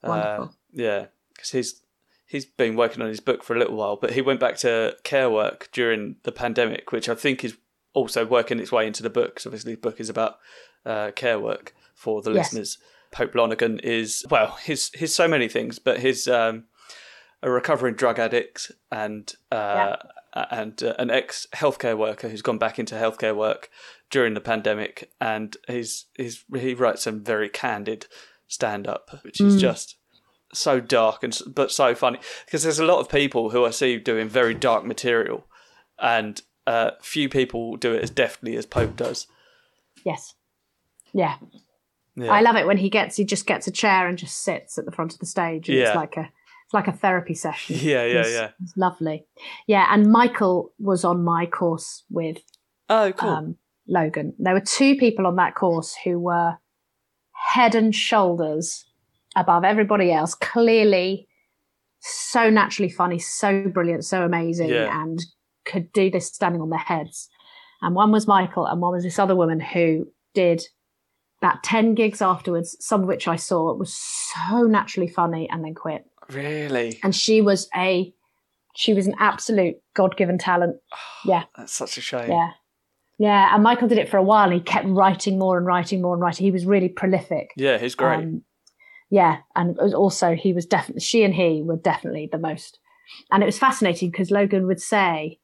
A: Uh,
B: Wonderful.
A: yeah. Because he's he's been working on his book for a little while, but he went back to care work during the pandemic, which I think is also working its way into the book. 'cause obviously, the book is about uh, care work for the
B: Yes.
A: listeners. Pope Lonergan is well, he's he's so many things, but his um, a recovering drug addict and uh, and uh, an ex healthcare worker who's gone back into healthcare work during the pandemic, and he's he's he writes some very candid stand up, which
B: Mm.
A: is just so dark and s- but so funny because there's a lot of people who I see doing very dark material, and uh, few people do it as deftly as Pope does.
B: Yes. Yeah.
A: Yeah. <laughs>
B: I love it when he gets he just gets a chair and just sits at the front of the stage. And
A: Yeah.
B: It's like a it's like a therapy session.
A: yeah, yeah,
B: It's-
A: yeah.
B: It's lovely. Yeah, and Michael was on my course with
A: Oh, cool.
B: um, Logan. There were two people on that course who were head and shoulders above everybody else, clearly so naturally funny, so brilliant, so amazing,
A: Yeah.
B: and could do this standing on their heads. And one was Michael, and one was this other woman who did about 10 gigs afterwards, some of which I saw was so naturally funny and then quit.
A: really?
B: And she was a she was an absolute God given talent. yeah.
A: That's such a shame.
B: Yeah. Yeah. And Michael did it for a while and he kept writing more and writing more and writing. He was really prolific.
A: Yeah, he's great.
B: Um, yeah. And it was also, he was definitely, she and he were definitely the most. And it was fascinating because Logan would say,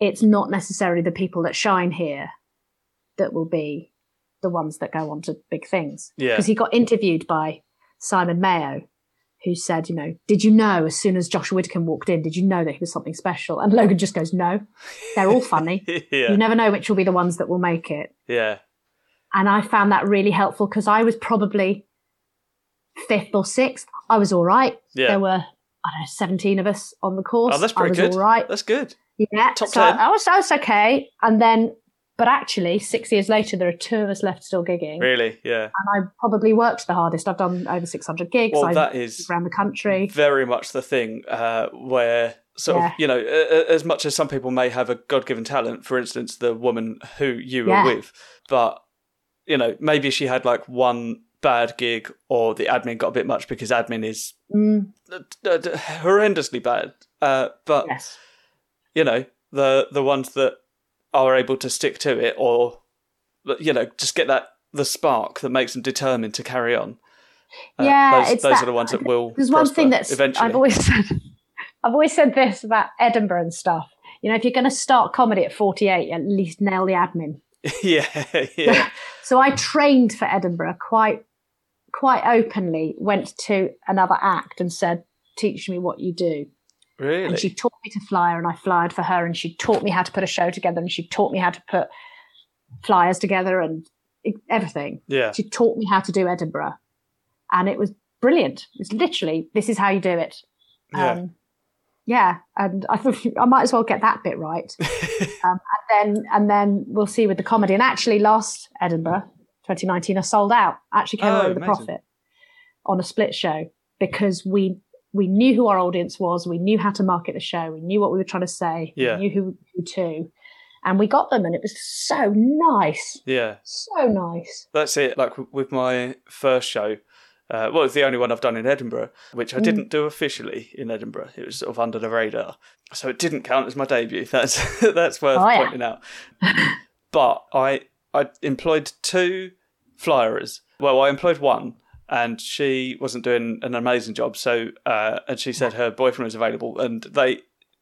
B: it's not necessarily the people that shine here that will be the ones that go on to big things.
A: Yeah.
B: Because he got interviewed by Simon Mayo. Who said, you know, did you know as soon as Joshua Whitaker walked in, did you know that he was something special? And Logan just goes, no, they're all funny.
A: <laughs> yeah,
B: You never know which will be the ones that will make it.
A: yeah,
B: And I found that really helpful because I was probably fifth or sixth. I was all right.
A: yeah.
B: There were, I don't know, 17 of us on the course.
A: Oh, that's
B: I
A: pretty
B: was
A: good.
B: all right.
A: That's good.
B: Yeah.
A: Top
B: so
A: 10.
B: I was, I was okay. And then, but actually, six years later, there are two of us left still gigging.
A: Really, yeah.
B: And I probably worked the hardest. I've done over 600 gigs.
A: Well,
B: I've
A: that is
B: around the country.
A: very much the thing uh, where sort of
B: Yeah.
A: you know a- a- as much as some people may have a god-given talent for instance the woman who you
B: Yeah.
A: were with but you know maybe she had like one bad gig or the admin got a bit much because admin is
B: Mm,
A: uh, d- d- horrendously bad uh, but
B: yes.
A: you know the the ones that are able to stick to it or you know just get that the spark that makes them determined to carry on Uh,
B: Yeah,
A: those,
B: it's
A: those
B: that-
A: are the ones that will
B: There's one
A: prosper
B: thing that's
A: eventually
B: I've always <laughs> said. I've always said this about Edinburgh and stuff. You know, if you're going to start comedy at 48, at least nail the admin.
A: <laughs> yeah yeah
B: So I trained for Edinburgh quite, quite openly. Went to another act and said, "Teach me what you do."
A: really
B: <laughs> And she taught me to flyer, and I flyered for her. And she taught me how to put a show together, and she taught me how to put flyers together and e, everything.
A: yeah
B: She taught me how to do Edinburgh, and it was brilliant. It was literally this is how you do it.
A: Yeah.
B: Um, yeah, and I thought <laughs> I might as well get that bit
A: <laughs>
B: right. um, and then and then we'll see with the comedy. And actually, last Edinburgh 2019, I sold out. I actually came
A: Oh,
B: away with a
A: amazing.
B: profit on a split show because we we knew who our audience was, we knew how to market the show, we knew what we were trying to say,
A: Yeah.
B: we knew who, who to, and we got them, and it was so nice,
A: yeah
B: so nice.
A: that's it like w- with my first show uh, well, it's the only one I've done in Edinburgh, which I
B: Mm.
A: didn't do officially in Edinburgh. It was sort of under the radar, so it didn't count as my debut. <laughs> That's that's worth
B: Oh, yeah.
A: pointing out. but I I employed two flyers. Well, I employed one, and she wasn't doing an amazing job. So, uh, and she said her boyfriend was available, and they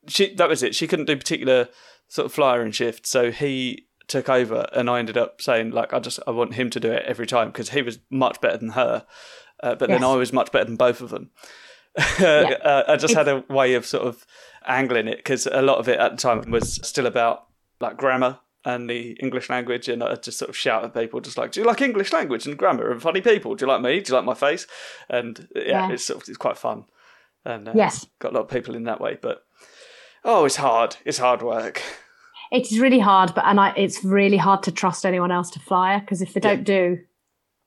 A: she that was it. She couldn't do particular sort of flyering shift, so he took over, and I ended up saying like I just I want him to do it every time because he was much better than her, uh, but then
B: Yes.
A: I was much better than both of them. <laughs> uh, I just had a way of sort of angling it because a lot of it at the time was still about like grammar and the English language, and I just sort of shout at people, just like, "Do you like English language and grammar and funny people? Do you like me? Do you like my face?" And uh, yeah,
B: Yeah.
A: it's sort of, it's quite fun, and uh,
B: Yes.
A: got a lot of people in that way. But oh, it's hard. It's hard work. <laughs>
B: It is really hard, but and I, it's really hard to trust anyone else to flyer because if they
A: Yeah.
B: don't do,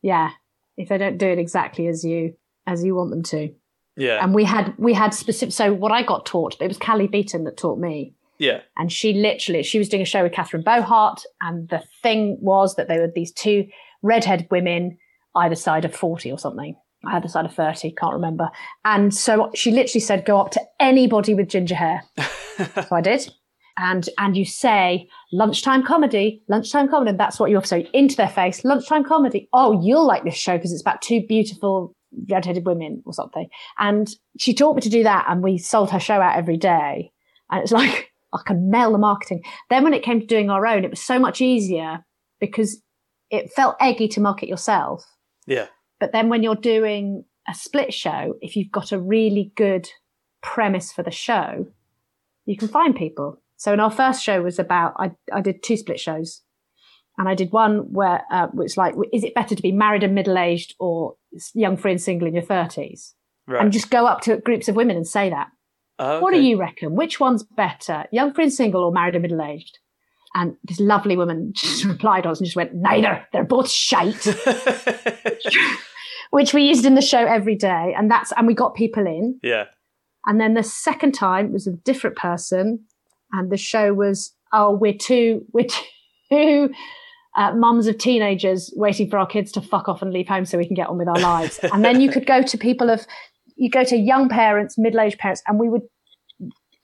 B: yeah, if they don't do it exactly as you as you want them to,
A: Yeah,
B: and we had we had specific. So what I got taught, it was Callie Beaton that taught me,
A: yeah,
B: and she literally she was doing a show with Catherine Bohart, and the thing was that they were these two redhead women, either side of forty or something, either side of thirty, can't remember. And so she literally said, go up to anybody with ginger hair. So I did. And and you say lunchtime comedy, lunchtime comedy. And that's what you offer. So into their face, lunchtime comedy. Oh, you'll like this show because it's about two beautiful redheaded women or something. And she taught me to do that, and we sold her show out every day. And it's <laughs> like I can nail the marketing. Then when it came to doing our own, it was so much easier because it felt eggy to market yourself.
A: Yeah.
B: But then when you're doing a split show, if you've got a really good premise for the show, you can find people. So in our first show was about I, I did two split shows, and I did one where uh, which like is it better to be married and middle aged or young, free and single in your thirties?
A: Right.
B: And just go up to groups of women and say that.
A: Oh,
B: What do
A: okay.
B: you reckon? Which one's better, young, free and single, or married and middle aged? And this lovely woman <laughs> just replied us and just went, neither. They're both shite. <laughs> which we used in the show every day, and that's and we got people in.
A: <laughs> yeah.
B: And then the second time was a different person, and the show was, oh, we're two, we're two uh, mums of teenagers waiting for our kids to fuck off and leave home so we can get on with our lives. and then you could go to people of, you go to young parents, middle aged parents, and we would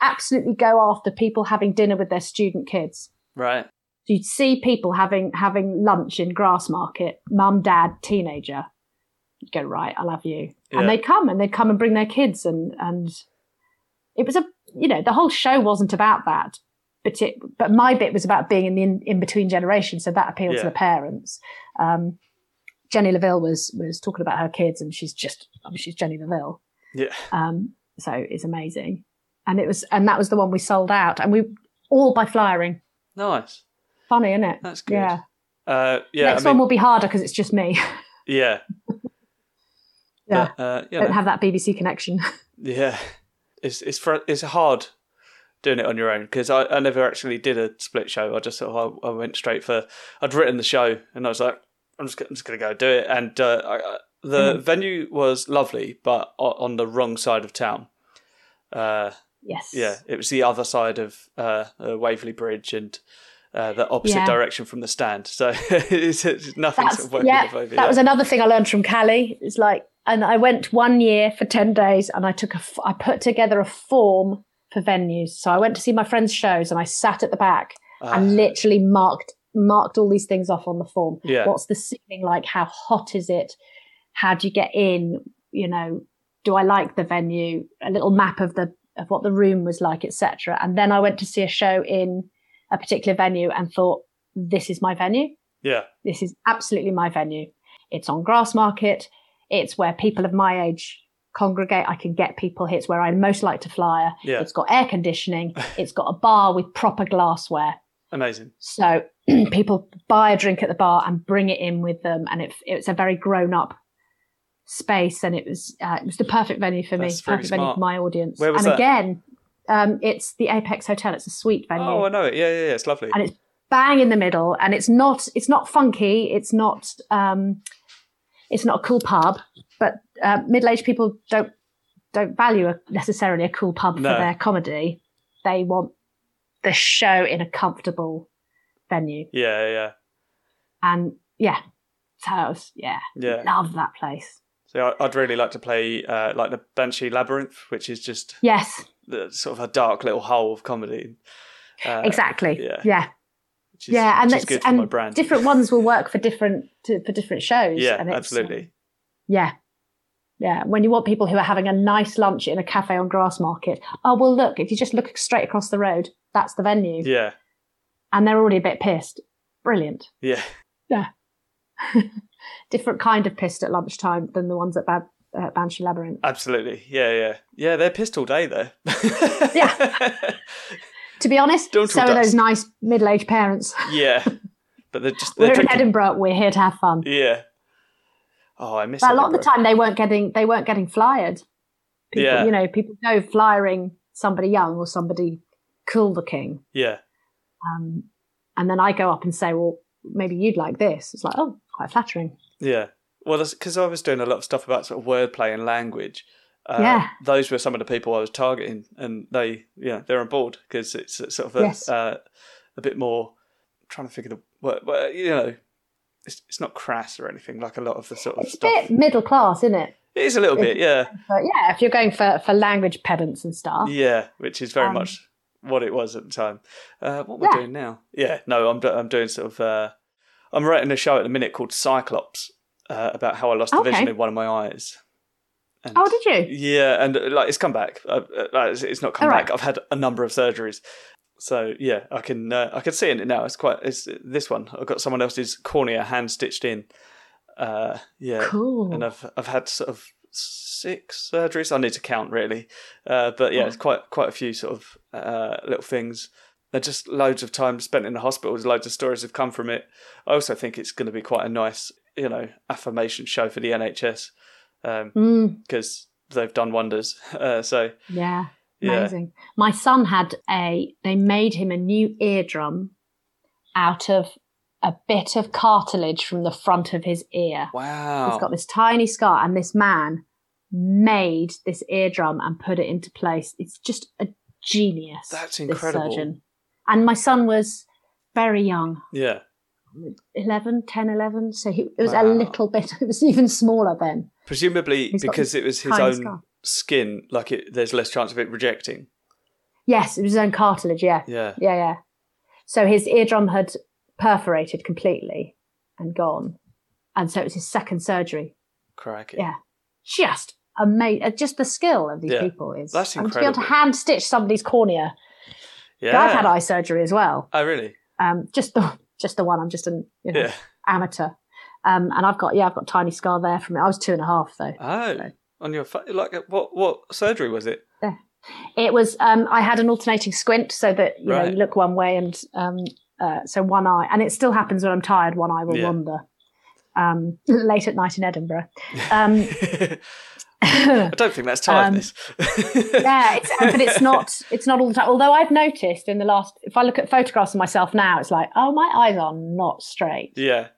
B: absolutely go after people having dinner with their student kids.
A: Right.
B: So you'd see people having having lunch in Grassmarket, mum, dad, teenager. You'd go right, I love you,
A: Yeah.
B: and they come and they come and bring their kids, and and it was a you know the whole show wasn't about that, but it but my bit was about being in the in, in between generation, so that appealed
A: Yeah.
B: to the parents. Um, Jenny Laville was was talking about her kids, and she's just I mean, she's Jenny Laville
A: Yeah.
B: um, so it's amazing and it was and that was the one we sold out and we all by flyering
A: Nice.
B: funny isn't it
A: That's good.
B: yeah,
A: Uh, yeah.
B: next
A: I mean,
B: one will be harder because it's just me
A: <laughs> yeah.
B: <laughs> yeah
A: But, uh, yeah.
B: don't have that bbc connection <laughs>
A: Yeah, it's it's fr- it's hard doing it on your own because I, I never actually did a split show. I just sort of I, I went straight for I'd written the show and I was like I'm just go- I'm just gonna go do it. And uh, I, I- the
B: Hmm.
A: venue was lovely, but o- on the wrong side of town. Uh,
B: yes
A: yeah, it was the other side of uh, uh, Waverley Bridge and. Uh, the opposite
B: Yeah.
A: direction from the stand, so <laughs> it's, it's nothing
B: That's-
A: sort of working
B: yeah,
A: with Waverley.
B: that was another thing i learned from callie it's like and i went one year for 10 days and i took a f- i put together a form for venues so i went to see my friends shows and i sat at the back
A: Ah,
B: and literally marked marked all these things off on the form
A: yeah,
B: what's the ceiling like how hot is it how do you get in you know do i like the venue a little map of the of what the room was like etc and then i went to see a show in a particular venue and thought this is my venue
A: yeah,
B: this is absolutely my venue it's on grassmarket it's where people of my age congregate i can get people here it's where i most like to flyer
A: Yeah.
B: it's got air conditioning it's got a bar with proper glassware
A: amazing.
B: so <clears throat> people buy a drink at the bar and bring it in with them, and it, it's a very grown up space, and it was uh, it was the perfect venue for me,
A: That's very
B: perfect venue
A: smart.
B: for my audience.
A: Where was
B: and
A: that?
B: again, um, it's the Apex Hotel. It's a sweet venue,
A: Oh, I know it. Yeah, yeah, yeah. It's lovely.
B: and it's bang in the middle, and it's not it's not funky, it's not um, it's not a cool pub, but uh, middle aged people don't don't value a, necessarily a cool pub
A: No.
B: for their comedy. They want the show in a comfortable venue
A: Yeah, yeah,
B: and yeah, so I was- yeah,
A: yeah.
B: love that place.
A: So I- I'd really like to play uh, like the Banshee Labyrinth, which is just
B: Yes,
A: the, sort of a dark little hole of comedy. Uh,
B: exactly.
A: yeah.
B: Yeah,
A: Which
B: yeah,
A: is,
B: and
A: which
B: that's
A: is good for
B: and
A: my brand.
B: different ones will work for different to, for different shows.
A: yeah,
B: and it's, um,
A: absolutely.
B: yeah, yeah. When you want people who are having a nice lunch in a cafe on Grassmarket, oh well, look if you just look straight across the road, that's the venue,
A: Yeah,
B: and they're already a bit pissed. Brilliant.
A: yeah, <laughs>
B: Different kind of pissed at lunchtime than the ones at Bab- uh, Banshee Labyrinth.
A: absolutely. Yeah, yeah, yeah. They're pissed all day though.
B: Yeah. To be honest,
A: Don't
B: so
A: do
B: are
A: that.
B: those nice middle-aged parents.
A: <laughs> yeah, but they're just
B: We're
A: they're
B: in
A: drinking.
B: Edinburgh. We're here to have fun.
A: Yeah. Oh, I miss
B: But a lot of the
A: Edinburgh.
B: time they weren't getting they weren't getting flyered. People,
A: Yeah.
B: You know, people go flyering somebody young or somebody cool looking,
A: Yeah,
B: um, and then I go up and say, "Well, maybe you'd like this." It's like, oh, quite flattering.
A: Yeah. Well, that's because I was doing a lot of stuff about sort of wordplay and language. Uh,
B: Yeah.
A: Those were some of the people I was targeting, and they, yeah, they're on board because it's sort of a,
B: Yes.
A: uh, a bit more. I'm trying to figure the word, well, you know, it's, it's not crass or anything like a lot of the sort of
B: It's a
A: stuff.
B: bit middle class, isn't it?
A: It is a little bit, yeah,
B: But yeah, if you're going for for language pedants and stuff,
A: yeah, which is very
B: Oh, Um,
A: much what it was at the time. Uh, what we're
B: Yeah.
A: doing now? Yeah, no, I'm do- I'm doing sort of. Uh, I'm writing a show at the minute called Cyclops uh, about how I lost the vision
B: Okay.
A: in one of my eyes. And,
B: Oh, did you?
A: Yeah, and uh, like it's come back. Uh, uh, like, it's- it's not come
B: All right.
A: back. I've had a number of surgeries, so yeah, I can uh, I can see in it now. It's quite it's this one. I've got someone else's cornea hand stitched in. Uh, yeah,
B: Cool.
A: and I've I've had sort of six surgeries. I need to count really, uh, but yeah, it's quite quite a few sort of uh, little things. They're just loads of time spent in the hospitals. Loads of stories have come from it. I also think it's going to be quite a nice, you know, affirmation show for the NHS
B: Mm,
A: because um, they've done wonders. <laughs> Uh, so
B: yeah.
A: yeah,
B: Amazing. My son had a, they made him a new eardrum out of a bit of cartilage from the front of his ear.
A: wow,
B: He's got this tiny scar, and this man made this eardrum and put it into place. It's just a genius.
A: That's
B: this
A: incredible.
B: surgeon. And my son was very young
A: yeah,
B: 11, 10, 11. So he, it was
A: Wow.
B: a little bit, <laughs> it was even smaller then.
A: presumably
B: He's got
A: because it was his
B: tiny
A: own
B: scar.
A: skin. Like it, there's less chance of it rejecting.
B: Yes, it was his own cartilage. Yeah.
A: Yeah,
B: Yeah, yeah. So his eardrum had perforated completely and gone. And so it was his second surgery.
A: crikey.
B: Yeah. Just amazing. Just the skill of these
A: Yeah.
B: people is.
A: That's
B: and to be able to
A: incredible.
B: hand stitch somebody's cornea.
A: yeah.
B: I've had eye surgery as well.
A: Oh really?
B: Um, just the <laughs> just the one. I'm just an you know,
A: Yeah.
B: amateur. Um, and I've got yeah, I've got a tiny scar there from it. I was two and a half though.
A: Oh, on your fa- like uh, what what surgery was
B: <laughs>
A: it?
B: It was um, I had an alternating squint so that you know
A: Right.
B: you look one way and um, uh, so one eye and it still happens when I'm tired one eye will
A: Yeah.
B: wander um, <laughs> late at night in Edinburgh. Um, <laughs> yeah,
A: I don't think that's
B: Um,
A: tiredness.
B: it's, but it's not it's not all the time. Although I've noticed in the last if I look at photographs of myself now, it's like oh my eyes are not straight
A: <laughs> yeah.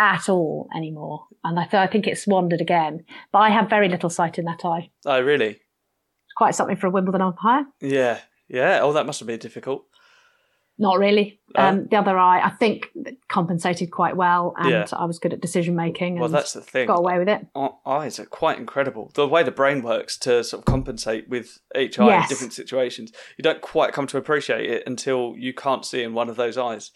B: at all anymore, and I th- I think it's wandered again. But I have very little sight in that eye.
A: Oh really?
B: Quite something for a Wimbledon umpire.
A: Yeah. Yeah. Oh, that must have been difficult.
B: Not really.
A: Oh.
B: Um, the other eye, I think, compensated quite well, and
A: Yeah.
B: I was good at decision making and
A: Well, that's the thing.
B: got away with it.
A: Our eyes are quite incredible. The way the brain works to sort of compensate with each eye in
B: Yes.
A: different situations, you don't quite come to appreciate it until you can't see in one of those eyes.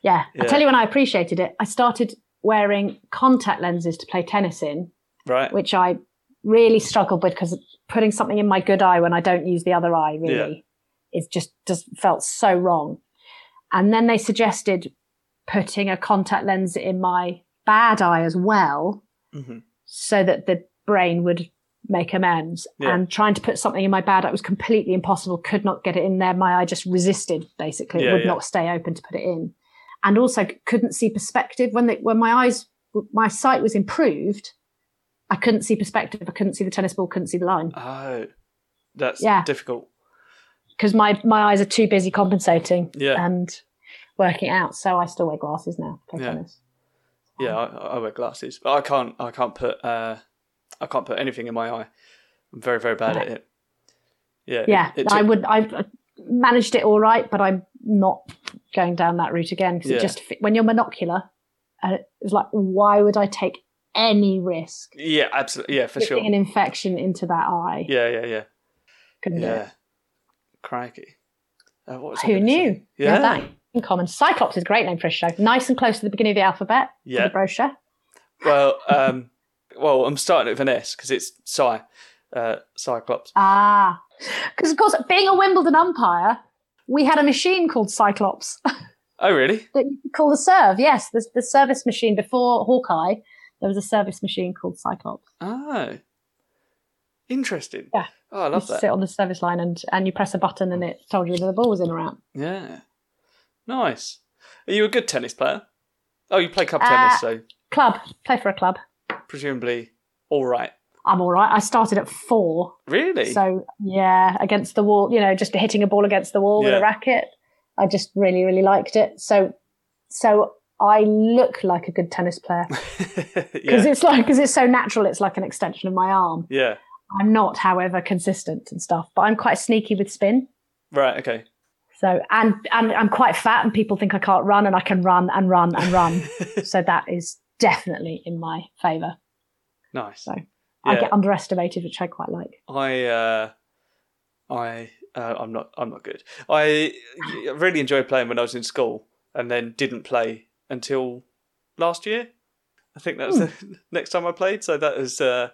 B: Yeah.
A: Yeah.
B: I tell you, when I appreciated it, I started wearing contact lenses to play tennis in,
A: Right.
B: which I really struggled with because putting something in my good eye when I don't use the other eye
A: Yeah.
B: really is just just felt so wrong. And then they suggested putting a contact lens in my bad eye as well.
A: hmm
B: so that the brain would make amends.
A: Yeah.
B: And trying to put something in my bad eye was completely impossible. Could not get it in there. My eye just resisted. Basically,
A: Yeah,
B: it would
A: yeah.
B: not stay open to put it in, and also c- couldn't see perspective when the, when my eyes my sight was improved. I couldn't see perspective. I couldn't see the tennis ball. Couldn't see the line
A: Oh, that's
B: Yeah.
A: difficult.
B: because my my eyes are too busy compensating
A: Yeah.
B: and working out. So I still wear glasses now. to play
A: Yeah.
B: tennis.
A: yeah. I, I wear glasses, but I can't. I can't put. Uh, I can't put anything in my eye. I'm very, very bad at it. Yeah. it-
B: yeah,
A: It, took-
B: I would. I managed it all right, but I'm not going down that route again because
A: Yeah.
B: it just fit- when you're monocular, uh, it's like why would I take any risk
A: Yeah. Absolutely. Yeah. For
B: getting
A: sure.
B: an infection into that eye?
A: Yeah. Yeah. Yeah.
B: Couldn't do
A: Yeah.
B: it.
A: Crikey. Uh, what was I
B: Who
A: gonna
B: knew?
A: say?
B: We
A: Yeah.
B: had that in common. Cyclops is a great name for a show. Nice and close to the beginning of the alphabet. For
A: Yeah.
B: the brochure.
A: Well, um, well, I'm starting it with an S because it's Psy, uh, Cyclops.
B: Ah, because of course, being a Wimbledon umpire, we had a machine called Cyclops. <laughs>
A: Oh, really?
B: that you could call the serve. Yes, the, the service machine before Hawkeye, there was a service machine called Cyclops.
A: Oh, interesting.
B: Yeah.
A: Oh, I
B: You
A: love that.
B: sit on the service line and, and you press a button and it told you whether the ball was in or out.
A: Yeah. Nice. Are you a good tennis player? Oh, you play club
B: Uh,
A: tennis, so
B: Club, play for a club.
A: presumably all right.
B: I'm all right. I started at four,
A: Really?
B: so yeah, against the wall. You know, just hitting a ball against the wall with
A: Yeah.
B: a racket. I just really, really liked it. So, so I look like a good tennis player
A: <laughs>
B: because
A: <laughs> yeah.
B: it's like because it's so natural. It's like an extension of my arm.
A: yeah.
B: I'm not, however, consistent and stuff, but I'm quite sneaky with spin.
A: Right. Okay.
B: So and and I'm quite fat, and people think I can't run, and I can run and run
A: <laughs>
B: and run. so that is definitely in my favour.
A: Nice.
B: So, I
A: Yeah.
B: get underestimated, which I quite like.
A: I uh, I uh, I'm not I'm not good. I really enjoyed playing when I was in school, and then didn't play until <laughs>
B: Hmm.
A: last year. I think that was the next time I played. So that was uh,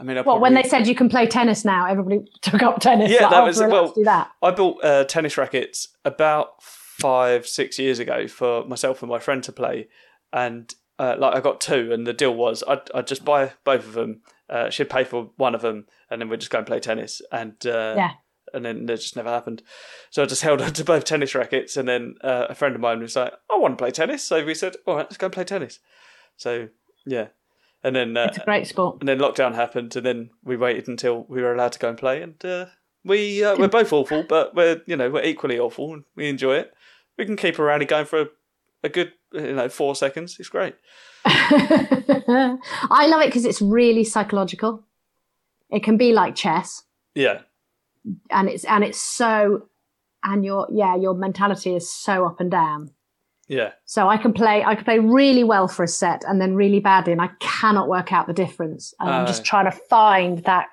A: I mean, I
B: Well, when
A: probably-
B: they said you can play tennis now, everybody <laughs> took up tennis.
A: Yeah,
B: like,
A: that
B: oh,
A: was-
B: we're allowed
A: well-
B: to
A: <laughs>
B: do that.
A: I bought uh, tennis rackets about five, six years ago for myself and my friend to play, and uh, like I got two, and the deal was I'd, I'd just buy both of them. Uh, she'd pay for one of them, and then we'd just go and play tennis, and uh,
B: Yeah.
A: and then it just never happened. So I just <laughs> held on to both tennis rackets, and then uh, a friend of mine was like, "I want to play tennis," so we said, "All right, let's go and play tennis." So yeah, and then uh,
B: It's a great sport. <laughs>
A: and then lockdown happened, and then we waited until we were allowed to go and play. And uh, we uh, we're both awful, but we're you know we're equally awful, and we enjoy it. We can keep a rally going for a, a good you know four seconds. It's great.
B: I love it because it's really psychological. It can be like chess,
A: Yeah,
B: and it's and it's so, and your yeah your mentality is so up and down.
A: yeah,
B: So I can play I can play really well for a set and then really badly, and I cannot work out the difference. And I'm
A: Oh.
B: just trying to find that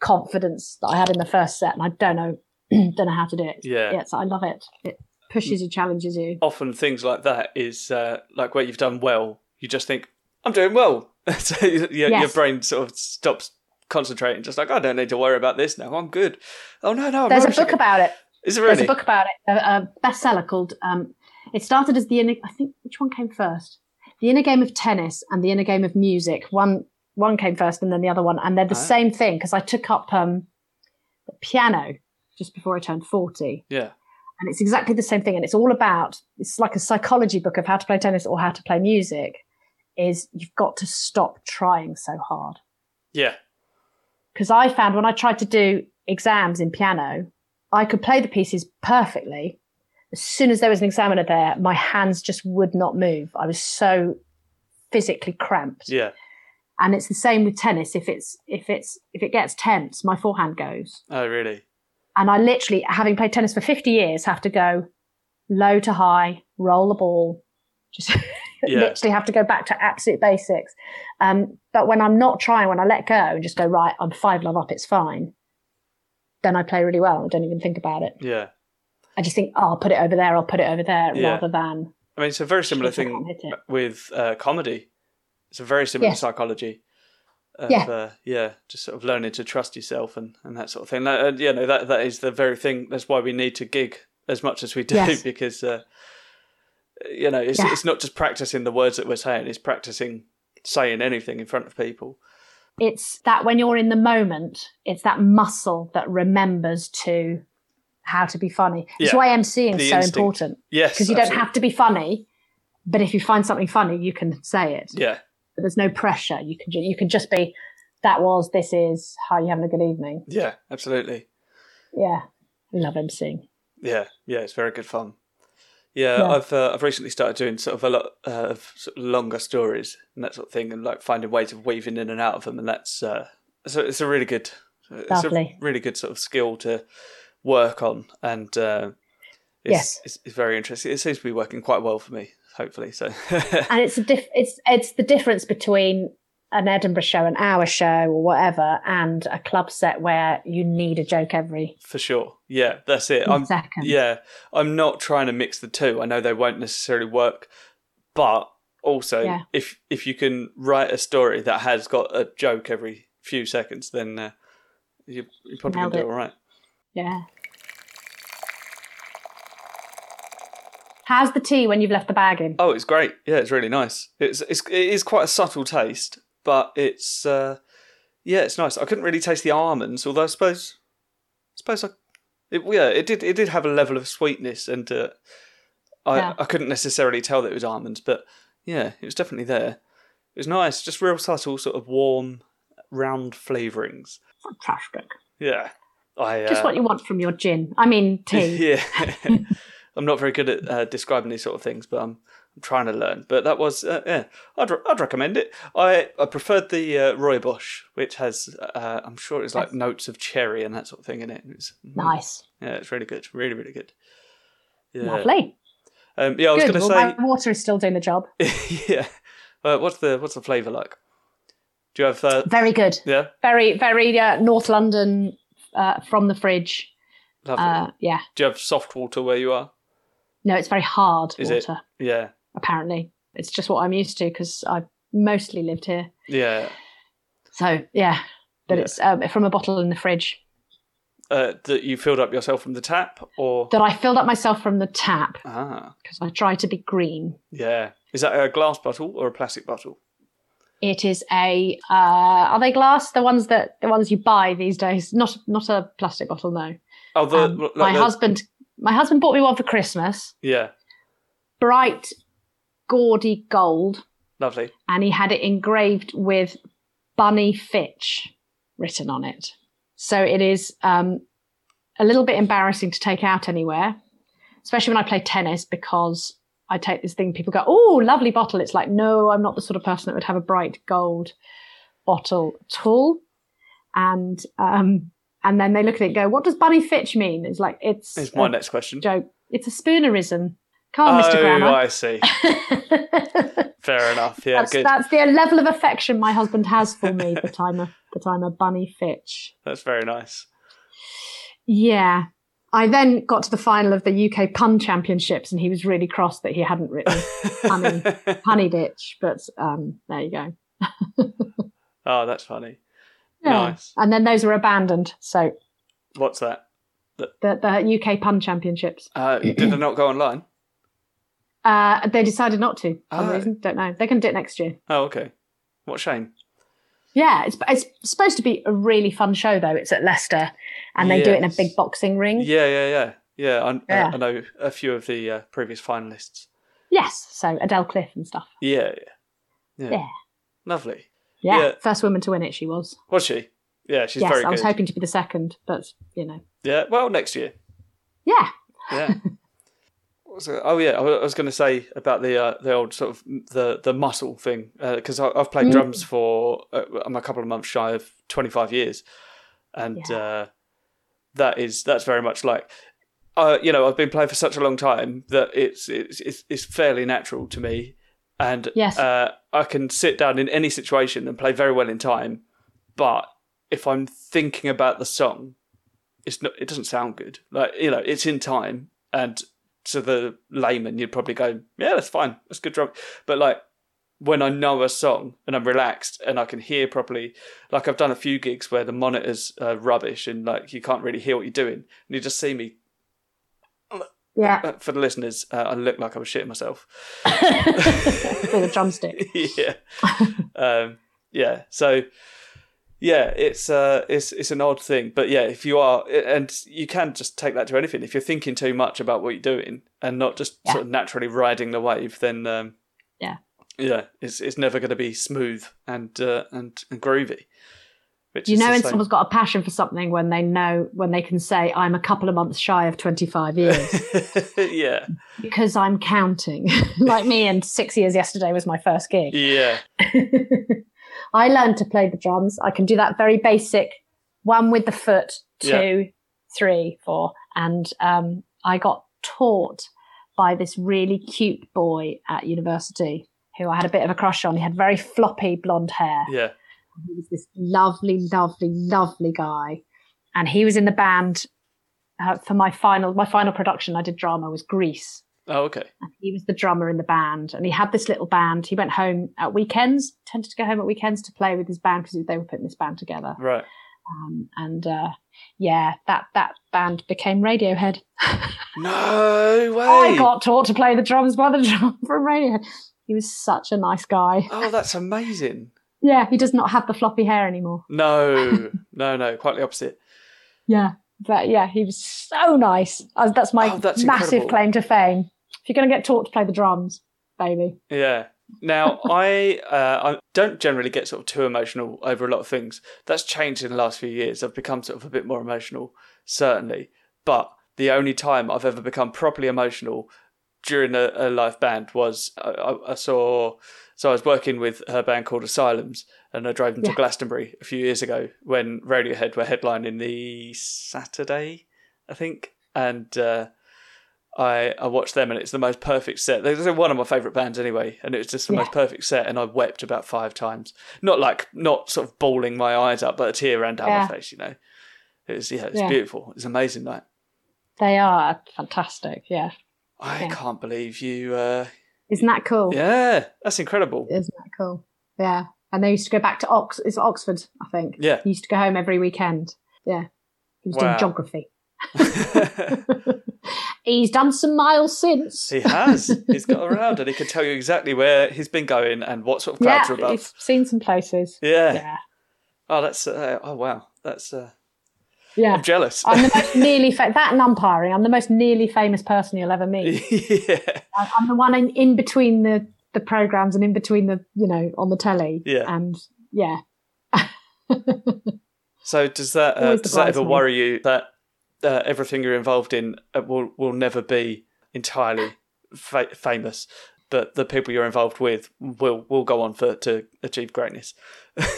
B: confidence that I had in the first set, and I don't know <clears throat> don't know how to do it.
A: yeah. Mm.
B: Yes, I love it. It pushes you, challenges you.
A: Often things like that is uh, like where you've done well, you just think I'm doing well. <laughs> so your, your
B: Yes.
A: brain sort of stops concentrating, just like I don't need to worry about this now. I'm good. Oh no, no. I'm
B: There's a
A: rubbish
B: book
A: again."
B: about it.
A: Is there really?
B: There's a book about it, a, a bestseller called. Um, it started as the inner. I think which one came first? The inner game of tennis and the inner game of music. One one came first, and then the other one, and they're the
A: Ah.
B: same thing. Because I took up um, the piano just before I turned forty,
A: Yeah,
B: and it's exactly the same thing. And it's all about. It's like a psychology book of how to play tennis or how to play music. Is you've got to stop trying so hard
A: yeah,
B: because I found when I tried to do exams in piano, I could play the pieces perfectly. As soon as there was an examiner there, my hands just would not move. I was so physically cramped.
A: yeah.
B: And it's the same with tennis. If it's if it's if it gets tense, my forehand goes.
A: Oh really?
B: And I literally, having played tennis for 50 years, have to go low to high, roll the ball, just <laughs>
A: Yeah.
B: literally have to go back to absolute basics. Um, but when I'm not trying, when I let go and just go, right, I'm five love up, it's fine, then I play really well. I don't even think about it.
A: Yeah.
B: I just think, oh, I'll put it over there, I'll put it over there,
A: Yeah.
B: rather than.
A: I mean, it's a very similar
B: Shit, I can't
A: thing
B: hit it.
A: with uh, comedy. It's a very similar
B: Yes.
A: psychology. Of,
B: Yeah.
A: Uh, yeah. Just sort of learning to trust yourself and, and that sort of thing. That, uh, you know, that that is the very thing. That's why we need to gig as much as we do
B: Yes.
A: <laughs> because, uh, you know, it's
B: Yeah.
A: it's not just practicing the words that we're saying. It's practicing saying anything in front of people.
B: It's that when you're in the moment, it's that muscle that remembers to how to be funny. It's
A: Yeah.
B: why MCing
A: The
B: is so
A: instinct.
B: important.
A: Yes.
B: because you don't
A: absolutely.
B: have to be funny. But if you find something funny, you can say it.
A: Yeah.
B: But there's no pressure. You can ju- you can just be that was this is how you having a good evening.
A: Yeah. Absolutely.
B: Yeah, I love emceeing.
A: Yeah, yeah, it's very good fun. Yeah,
B: Yeah.
A: I've uh, I've recently started doing sort of a lot uh, of, sort of longer stories and that sort of thing, and like finding ways of weaving in and out of them, and that's uh, so it's a really good, it's a
B: Lovely.
A: really good sort of skill to work on, and uh, it's,
B: Yes.
A: it's, it's very interesting. It seems to be working quite well for me, hopefully. So <laughs>
B: And it's a diff- it's it's the difference between an Edinburgh show, an hour show, or whatever, and a club set where you need a joke every
A: for sure, yeah, that's it. I'm
B: 2nd
A: Yeah, I'm not trying to mix the two. I know they won't necessarily work, but also
B: Yeah.
A: if if you can write a story that has got a joke every few seconds, then uh, you, you're probably going
B: Nailed
A: to do
B: it.
A: all right.
B: yeah. How's the tea when you've left the bag in?
A: Oh, it's great. Yeah, it's really nice. It's it's it is quite a subtle taste, but it's uh, yeah, it's nice. I couldn't really taste the almonds, although I suppose suppose I it, yeah, it did it did have a level of sweetness, and uh, I
B: Yeah.
A: I couldn't necessarily tell that it was almonds, but yeah, it was definitely there. It was nice, just real subtle, sort of warm, round flavourings.
B: Fantastic.
A: Yeah, I uh,
B: Just what you want from your gin. I mean
A: <laughs>
B: tea. <laughs>
A: yeah. I'm not very good at uh, describing these sort of things, but I'm, I'm trying to learn. But that was, uh, yeah, I'd, re- I'd recommend it. I, I preferred the uh, Rooibos, which has, uh, I'm sure it's like
B: Yes.
A: notes of cherry and that sort of thing in it. It's, mm,
B: Nice.
A: Yeah, it's really good. Really, really good. Yeah.
B: Lovely.
A: Um, yeah, I was
B: Good.
A: going to
B: Well,
A: say,
B: my water is still doing the job.
A: <laughs> yeah. Uh, what's the what's the flavour like? Do you have, uh,
B: Very good.
A: yeah,
B: Very, very uh, North London uh, from the fridge.
A: lovely.
B: Uh, yeah.
A: Do you have soft water where you are?
B: No, it's very hard
A: Is it?
B: water,
A: Yeah,
B: apparently. It's just what I'm used to because I mostly lived here.
A: yeah.
B: So, yeah. that
A: Yeah.
B: it's um, from a bottle in the fridge
A: Uh, that you filled up yourself from the tap, or
B: that I filled up myself from the tap
A: ah,
B: because I try to be green.
A: yeah. Is that a glass bottle or a plastic bottle?
B: It is a uh, are they glass? The ones that the ones you buy these days, not not a plastic bottle. No,
A: Oh, the,
B: Um,
A: like
B: my
A: the-
B: husband my husband bought me one for Christmas,
A: Yeah,
B: bright, gaudy gold,
A: lovely.
B: and he had it engraved with Bunny Fitch written on it. So it is um, a little bit embarrassing to take out anywhere, especially when I play tennis because I take this thing. People go, "Oh, lovely bottle." It's like, no, I'm not the sort of person that would have a bright gold bottle at all. And um, and then they look at it and go, "What does Bunny Fitch mean?" It's like it's
A: Here's
B: a
A: my next question. Oh,
B: joke. It's a spoonerism. Come on, Oh, Mr. Grammar.
A: I see.
B: <laughs>
A: Fair enough. Yeah,
B: that's,
A: good.
B: that's the level of affection my husband has for me that I'm a that I'm a bunny fitch.
A: That's very nice.
B: Yeah. I then got to the final of the UK pun championships, and he was really cross that he
A: <laughs>
B: hadn't written Honey. honey ditch. But um, there you go.
A: oh, that's funny.
B: Yeah.
A: Nice.
B: And then those were abandoned. So
A: What's that?
B: the, the UK pun championships,
A: Uh, did it not go online?
B: uh, they decided not to. For some
A: Oh.
B: reason, don't know. They're going to do it next year.
A: Oh, okay. What a shame.
B: Yeah, it's it's supposed to be a really fun show though. It's at Leicester, and they do it in a
A: Yes.
B: big boxing ring.
A: Yeah, yeah, yeah, yeah. I,
B: Yeah.
A: I, I know a few of the uh, previous finalists.
B: Yes, so Adele Cliff and stuff.
A: Yeah, yeah, yeah.
B: Yeah.
A: Lovely.
B: Yeah,
A: Yeah.
B: first woman to win it, she was.
A: Was she? Yeah, she's
B: yes,
A: very
B: I was
A: good.
B: hoping to be the second, but you know,
A: Yeah. Well, next year.
B: yeah,
A: Yeah. What was it? Oh yeah, I wa- I was going to say about the uh, the old sort of the the muscle thing because I I've played
B: Mm.
A: drums for uh, I'm a couple of months shy of 25 years, and
B: Yeah.
A: uh, that is that's very much like uh, you know I've been playing for such a long time that it's it's it's, it's fairly natural to me, and
B: Yes.
A: uh, I can sit down in any situation and play very well in time, but if I'm thinking about the song, it's not it doesn't sound good like you know it's in time and to the layman you'd probably go yeah that's fine that's good drum but like when i know a song and i'm relaxed and i can hear properly like i've done a few gigs where the monitors are rubbish and like you can't really hear what you're doing and you just see me
B: yeah,
A: for the listeners uh, i look like i was shitting myself
B: <laughs>
A: <laughs>
B: with a drumstick. <laughs>
A: yeah. um, yeah. So yeah, it's uh, it's it's an odd thing, but yeah, if you are, and you can just take that to anything. If you're thinking too much about what you're doing and not just
B: Yeah.
A: sort of naturally riding the wave, then um,
B: Yeah.
A: yeah, it's it's never going to be smooth and uh, and and groovy. Which
B: You
A: is
B: know,
A: the
B: when
A: same- <laughs>
B: someone's got a passion for something, when they know when they can say, "I'm a couple of months shy of
A: <laughs>
B: 25 years
A: yeah,
B: because I'm counting," <laughs> like me. And six years yesterday was my first gig.
A: yeah,
B: <laughs> I learned to play the drums. I can do that very basic one with the foot, two,
A: Yeah.
B: three, four, And um, I got taught by this really cute boy at university who I had a bit of a crush on. He had very floppy blonde hair.
A: yeah.
B: He was this lovely, lovely, lovely guy. And he was in the band uh, for my final, my final production I did drama was Grease
A: Oh, okay.
B: and he was the drummer in the band and he had this little band he went home at weekends tended to go home at weekends to play with his band because they were putting this band together
A: Right.
B: um, and uh, yeah that that band became radiohead
A: No way.
B: Oh, i got taught to play the drums by the <laughs> drummer from radiohead he was such a nice guy
A: oh, that's amazing.
B: yeah he does not have the floppy hair anymore
A: No, no, no. Quite the opposite.
B: yeah but yeah he was so nice Uh, that's my
A: Oh, that's
B: massive
A: incredible.
B: claim to fame if you're going to get taught to play the drums baby
A: Yeah. Now I uh, I don't generally get sort of too emotional over a lot of things. That's changed in the last few years. I've become sort of a bit more emotional, certainly. But the only time I've ever become properly emotional during a, a live band was I, I, I saw. So I was working with a band called Asylums, and I drove them to
B: Yeah.
A: Glastonbury a few years ago when Radiohead were headlining the Saturday, I think, and. Uh, I, I watched them and it's the most perfect set. They're they're one of my favourite bands anyway, and it was just the
B: Yeah.
A: most perfect set. And I wept about five times, not like not sort of bawling my eyes up, but a tear ran down
B: Yeah.
A: my face. You know, it was yeah, it was
B: Yeah.
A: beautiful. It was an amazing night.
B: they are fantastic yeah
A: I
B: Yeah. Oh.
A: can't believe you. Uh,
B: isn't that cool
A: yeah, that's incredible.
B: Isn't that cool? Yeah. and they used to go back to Ox. It's Oxford, I think.
A: Yeah.
B: He used to go home every weekend. Yeah, he was
A: Wow.
B: doing geography. <laughs> He's done some miles
A: <laughs>
B: since.
A: he has. He's got around and he can tell you exactly where he's been going and what sort of
B: yeah,
A: crowds are above.
B: he's seen some places.
A: Yeah.
B: Yeah,
A: Oh, that's. Uh, oh, wow. That's. Uh,
B: yeah.
A: I'm jealous. <laughs>
B: I'm the most nearly fa- that and umpiring. I'm the most nearly famous person you'll ever meet.
A: yeah.
B: I- I'm the one in, in between the the programs and in between the you know on the telly.
A: Yeah.
B: and yeah,
A: So does that uh,
B: Always the
A: does that ever
B: bridesmaid.
A: worry you that uh, everything you're involved in uh, will will never be entirely fa- famous, but the people you're involved with will will go on for to achieve greatness.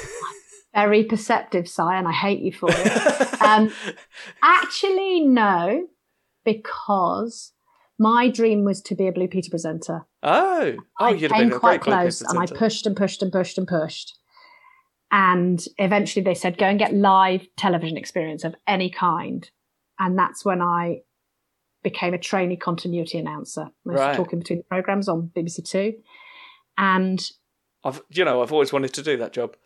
B: <laughs> very perceptive, Si, and I hate you for it.
A: <laughs>
B: Um, Actually, no, because my dream was to be a Blue Peter presenter.
A: oh, oh,
B: I
A: you'd have
B: came
A: been a
B: quite
A: great
B: close, and I
A: presenter.
B: pushed and pushed and pushed and pushed. And eventually, they said, "Go and get live television experience of any kind," and that's when I became a trainee continuity announcer. I was
A: Right.
B: talking between the programs on BBC Two, and
A: I've, you know, I've always wanted to do that job.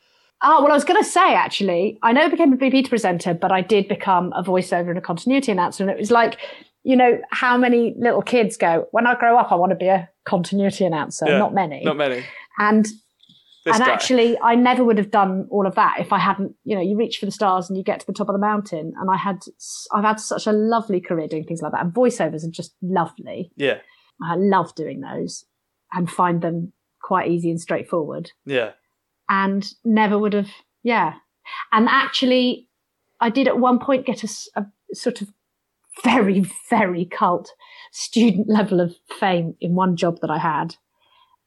B: Oh, well, I was going to say, actually, I never became a Blue Peter presenter, but I did become a voiceover and a continuity announcer. And it was like, you know, how many little kids go, when I grow up, I want to be a continuity announcer?
A: Yeah,
B: Not many.
A: Not many.
B: and
A: This
B: and
A: guy.
B: actually, I never would have done all of that if I hadn't, you know, you reach for the stars and you get to the top of the mountain. And I had, s- I've had such a lovely career doing things like that. And voiceovers are just lovely.
A: yeah,
B: I love doing those and find them quite easy and straightforward
A: yeah.
B: and never would have yeah and actually i did at one point get a, s- a sort of very very cult student level of fame in one job that i had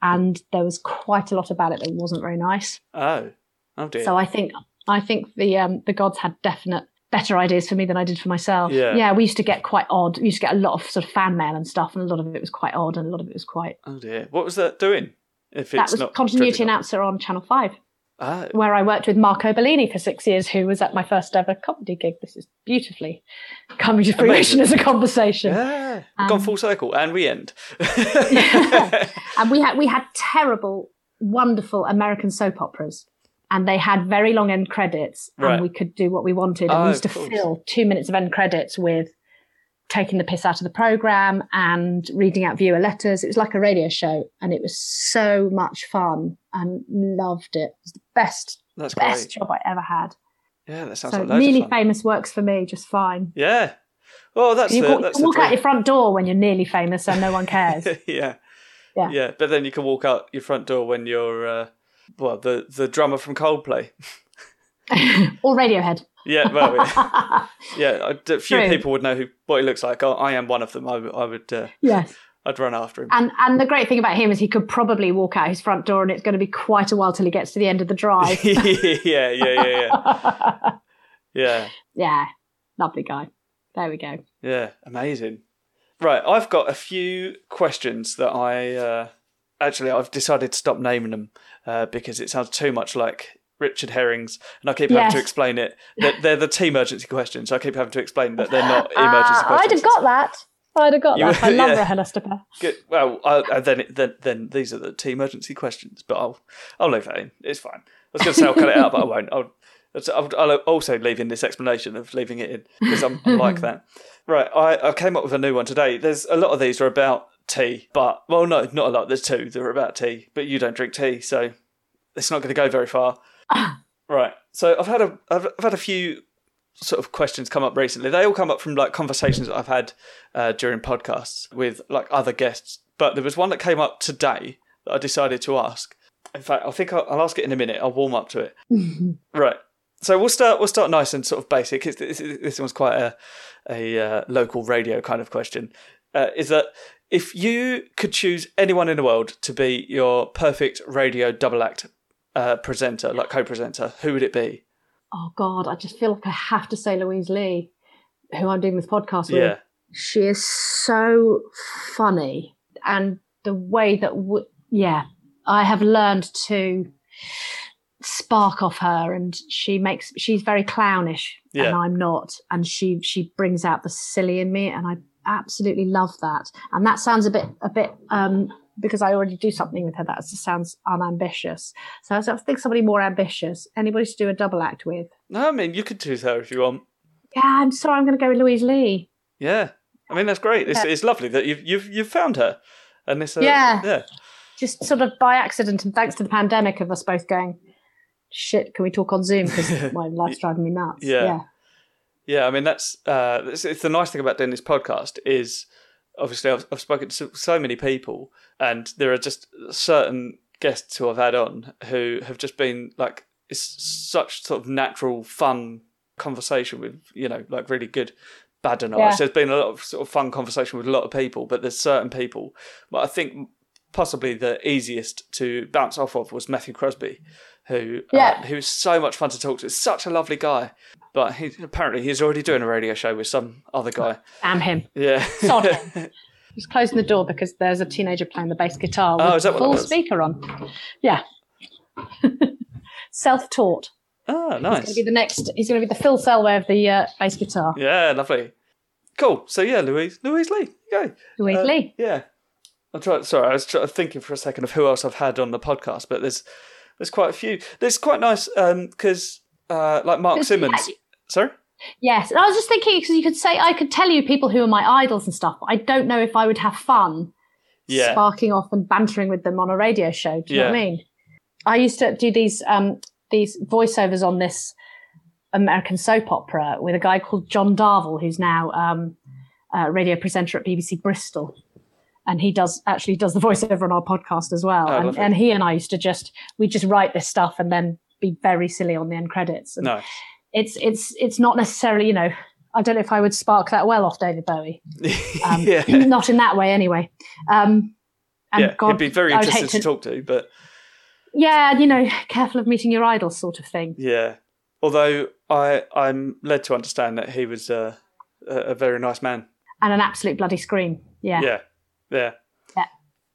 B: and there was quite a lot about it that wasn't very nice
A: Oh, oh dear.
B: so i think i think the um the gods had definite better ideas for me than i did for myself
A: Yeah.
B: yeah we used to get quite odd we used to get a lot of sort of fan mail and stuff and a lot of it was quite odd and a lot of it was quite
A: oh dear. What was that doing? If it's
B: that was
A: not
B: continuity
A: driven up-
B: announcer on channel 5
A: Oh,
B: where I worked with Marco Bellini for six years, who was at my first ever comedy gig. This is beautifully coming to
A: Amazing.
B: fruition as a conversation.
A: yeah. We've gone
B: Um,
A: full circle, and we
B: <laughs>
A: end. <laughs>
B: Yeah. And we had we had terrible, wonderful American soap operas. And they had very long end credits, and
A: Right.
B: we could do what we wanted. And
A: Oh,
B: we used to
A: of course.
B: fill two minutes of end credits with taking the piss out of the program and reading out viewer letters. It was like a radio show, and it was so much fun and loved it. It was the best,
A: That's great.
B: best job I ever had.
A: Yeah, that sounds
B: so
A: like loads
B: nearly
A: of fun.
B: famous works for me just fine.
A: Yeah. Oh, that's
B: you
A: the,
B: walk, you
A: that's
B: can
A: the
B: walk out
A: dream.
B: your front door when you're nearly famous and no
A: <laughs>
B: one cares. <laughs>
A: yeah.
B: Yeah.
A: Yeah, but then you can walk out your front door when you're uh, well the the drummer from Coldplay. <laughs>
B: or Radiohead.
A: Yeah, well,
B: <laughs>
A: yeah. yeah. I d- few
B: True.
A: people would know who what he looks like. I, I am one of them. I, w- I would uh,
B: yes.
A: I'd run
B: <laughs>
A: after him.
B: And and the great thing about him is he could probably walk out his front door and it's going to be quite a while till he gets to the end of
A: <laughs>
B: the drive.
A: yeah, <laughs> yeah, yeah, yeah,
B: <laughs>
A: yeah,
B: yeah. Lovely guy. There we go.
A: yeah. Amazing. Right, I've got a few questions that I uh, actually I've decided to stop naming them uh, because it sounds too much like Richard Herring's, and I keep having
B: Yes.
A: to explain it. They're, they're the T emergency questions. I keep having to explain that they're
B: <laughs>
A: not
B: Uh,
A: emergency
B: I'd
A: questions.
B: have got that. I'd have got
A: You-
B: that. I
A: <laughs>
B: love
A: yeah.
B: Rahel Estepar.
A: Good. Well, I, I, then, it- then then these are the T emergency questions, but I'll I'll leave that in. It's fine. I was going to say I'll cut it out, but I won't. I'll, it's- I'll, I'll also leave in this explanation of leaving it in because I'm, I'm like that. Right. I, I came up with a new one today. There's a lot of these are about tea, but well, no, not a lot. There's two that are about tea, but you don't drink tea, so it's not going to go very far. right. So I've had a I've, I've had a few sort of questions come up recently. They all come up from like conversations that I've had uh, during podcasts with like other guests. But there was one that came up today that I decided to ask. In fact, I think I'll, I'll ask it in a minute. I'll warm up to it. Right. So we'll start. We'll start nice and sort of basic. It's, this, this one's quite a a uh, local radio kind of question. Uh, is that if you could choose anyone in the world to be your perfect radio double act uh, presenter, like co-presenter, who would it be?
B: <laughs> oh God, I just feel like I have to say Louise Lee, who I'm doing this podcast with.
A: Yeah.
B: She is so funny, and the way that w- yeah, I have learned to spark off her, and she makes she's very clownish, and
A: Yeah.
B: I'm not, and she she brings out the silly in me, and I absolutely love that. And that sounds a bit a bit um because I already do something with her. That just sounds unambitious. So I was like, think somebody more ambitious. Anybody to do a double act with?
A: No, I mean you could choose her if you want.
B: Yeah, I'm sorry. I'm going to go with Louise Lee.
A: Yeah, I mean that's great. It's, it's lovely that you've you've you've found her, and it's uh,
B: Yeah.
A: yeah.
B: Just sort of by accident and thanks to the pandemic of us both going, shit, can we talk on
A: <laughs>
B: Zoom? Because my life's driving me nuts.
A: Yeah. Yeah, I mean that's uh, it's, it's the nice thing about doing this podcast is obviously I've, I've spoken to so many people, and there are just certain guests who I've had on who have just been like it's such sort of natural fun conversation with you know like really good bad and
B: Yeah.
A: nice. There's been a lot of sort of fun conversation with a lot of people, but there's certain people. But I think possibly the easiest to bounce off of was Matthew Crosby, who
B: Yeah.
A: uh, who's so much fun to talk to. Such a lovely guy, but he, apparently he's already doing a radio show with some other guy.
B: Damn him.
A: <laughs> Yeah, <laughs>
B: Sod him. Just closing the door because there's a teenager playing the bass guitar with
A: Oh, is that what that
B: full
A: was?
B: speaker on. Yeah. <laughs> Self-taught.
A: oh,
B: He's
A: nice.
B: going to be the next. He's going to be the Phil Selway of the uh, bass guitar.
A: Yeah, lovely. Cool. So yeah, Louise, Louise Lee, go.
B: Louise
A: Uh,
B: Lee.
A: Yeah, I'm trying. Sorry, I was try thinking for a second of who else I've had on the podcast, but there's there's quite a few. There's quite nice because uh, like Mark
B: There's-
A: Simmons. Sorry.
B: Yes, and I was just thinking because you could say I could tell you people who are my idols and stuff. But I don't know if I would have fun
A: Yeah.
B: sparking off and bantering with them on a radio show. Do you know what
A: Yeah.
B: I mean? I used to do these um, these voiceovers on this American soap opera with a guy called John Darvel, who's now um, a radio presenter at BBC Bristol. And he does actually does the voiceover on our podcast as well.
A: Oh,
B: and,
A: lovely.
B: and he and I used to just we just write this stuff and then be very silly on the end credits. And
A: No. <laughs>
B: It's it's it's not necessarily you know I don't know if I would spark that well off David Bowie. Um,
A: yeah.
B: not in that way anyway. Um, and
A: yeah,
B: God,
A: he'd be very
B: I would hate
A: interested to,
B: to-
A: talk to, but
B: yeah, and, you know, careful of meeting your idols, sort of thing.
A: yeah. Although I I'm led to understand that he was uh, a, a very nice man.
B: And an absolute bloody scream. Yeah.
A: Yeah, yeah,
B: Yeah.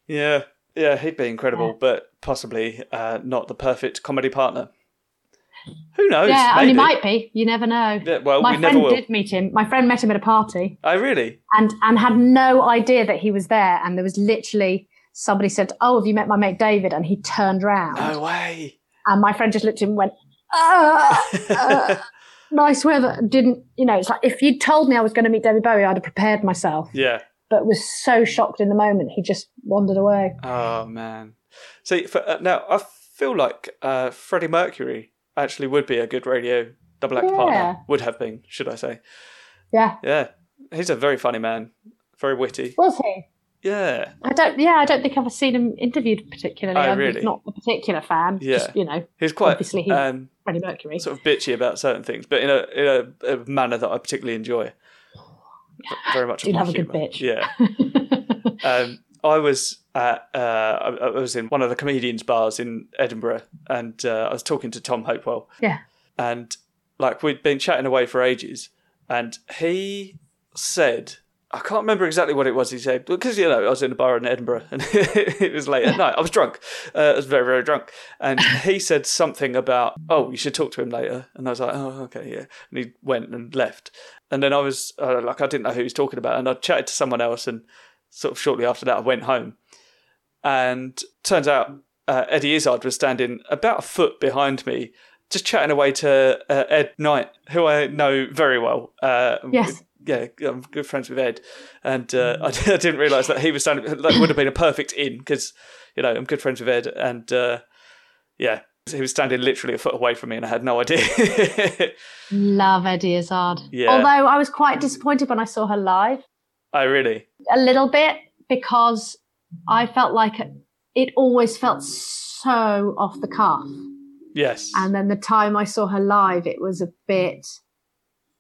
A: yeah, yeah. He'd be incredible, but possibly uh, not the perfect comedy partner. Who knows?
B: Yeah, and
A: maybe.
B: he might be. You never know.
A: Yeah, well,
B: My
A: we
B: friend
A: never will.
B: did meet him. My friend met him at a party
A: I really.
B: and and had no idea that he was there. And there was literally somebody said, "Oh, have you met my mate David?" And he turned round,
A: No way.
B: and my friend just looked at him and went, "Ah, uh,
A: <laughs>
B: "Nice weather." Didn't you know? It's like if you'd told me I was going to meet David Bowie, I'd have prepared myself.
A: yeah.
B: But was so shocked in the moment, he just wandered away.
A: Oh man. See, for, uh, now I feel like uh, Freddie Mercury actually would be a good radio double act
B: Yeah.
A: partner. Would have been, should I say?
B: Yeah,
A: Yeah, he's a very funny man, very witty.
B: was he?
A: Yeah,
B: I don't. Yeah, I don't think I've ever seen him interviewed particularly.
A: Oh,
B: I'm
A: really?
B: not a particular fan.
A: Yeah.
B: Just, you know,
A: he's quite
B: Obviously he-
A: um,
B: Freddie Mercury.
A: sort of bitchy about certain things, but in a in a, a manner that I particularly enjoy. V- Very much.
B: Do
A: of my
B: love a good
A: humour.
B: bitch.
A: Yeah. um, I was at, uh, I I was in one of the comedians' bars in Edinburgh, and uh, I was talking to Tom Hopewell.
B: Yeah.
A: And like we'd been chatting away for ages, and he said, I can't remember exactly what it was he said because you know I was in a bar in Edinburgh and <laughs> it was late at night. I was drunk. Uh, I was very very drunk, and he said something about oh you should talk to him later, and I was like oh okay yeah, and he went and left, and then I was uh, like I didn't know who he was talking about, and I chatted to someone else, and sort of shortly after that I went home, and turns out uh, Eddie Izzard was standing about a foot behind me, just chatting away to uh, Ed Knight, who I know very well. Uh,
B: <laughs> Yes.
A: yeah, I'm good friends with Ed, and uh, <laughs> I, d- I didn't realise that he was standing. That would have been a perfect in because you know I'm good friends with Ed, and uh, yeah, he was standing literally a foot away from me, and I had no idea. <laughs>
B: Love Eddie Izzard.
A: Yeah.
B: Although I was quite disappointed when I saw her live
A: I really,
B: a little bit because I felt like it always felt so off the cuff.
A: yes,
B: And then the time I saw her live, it was a bit.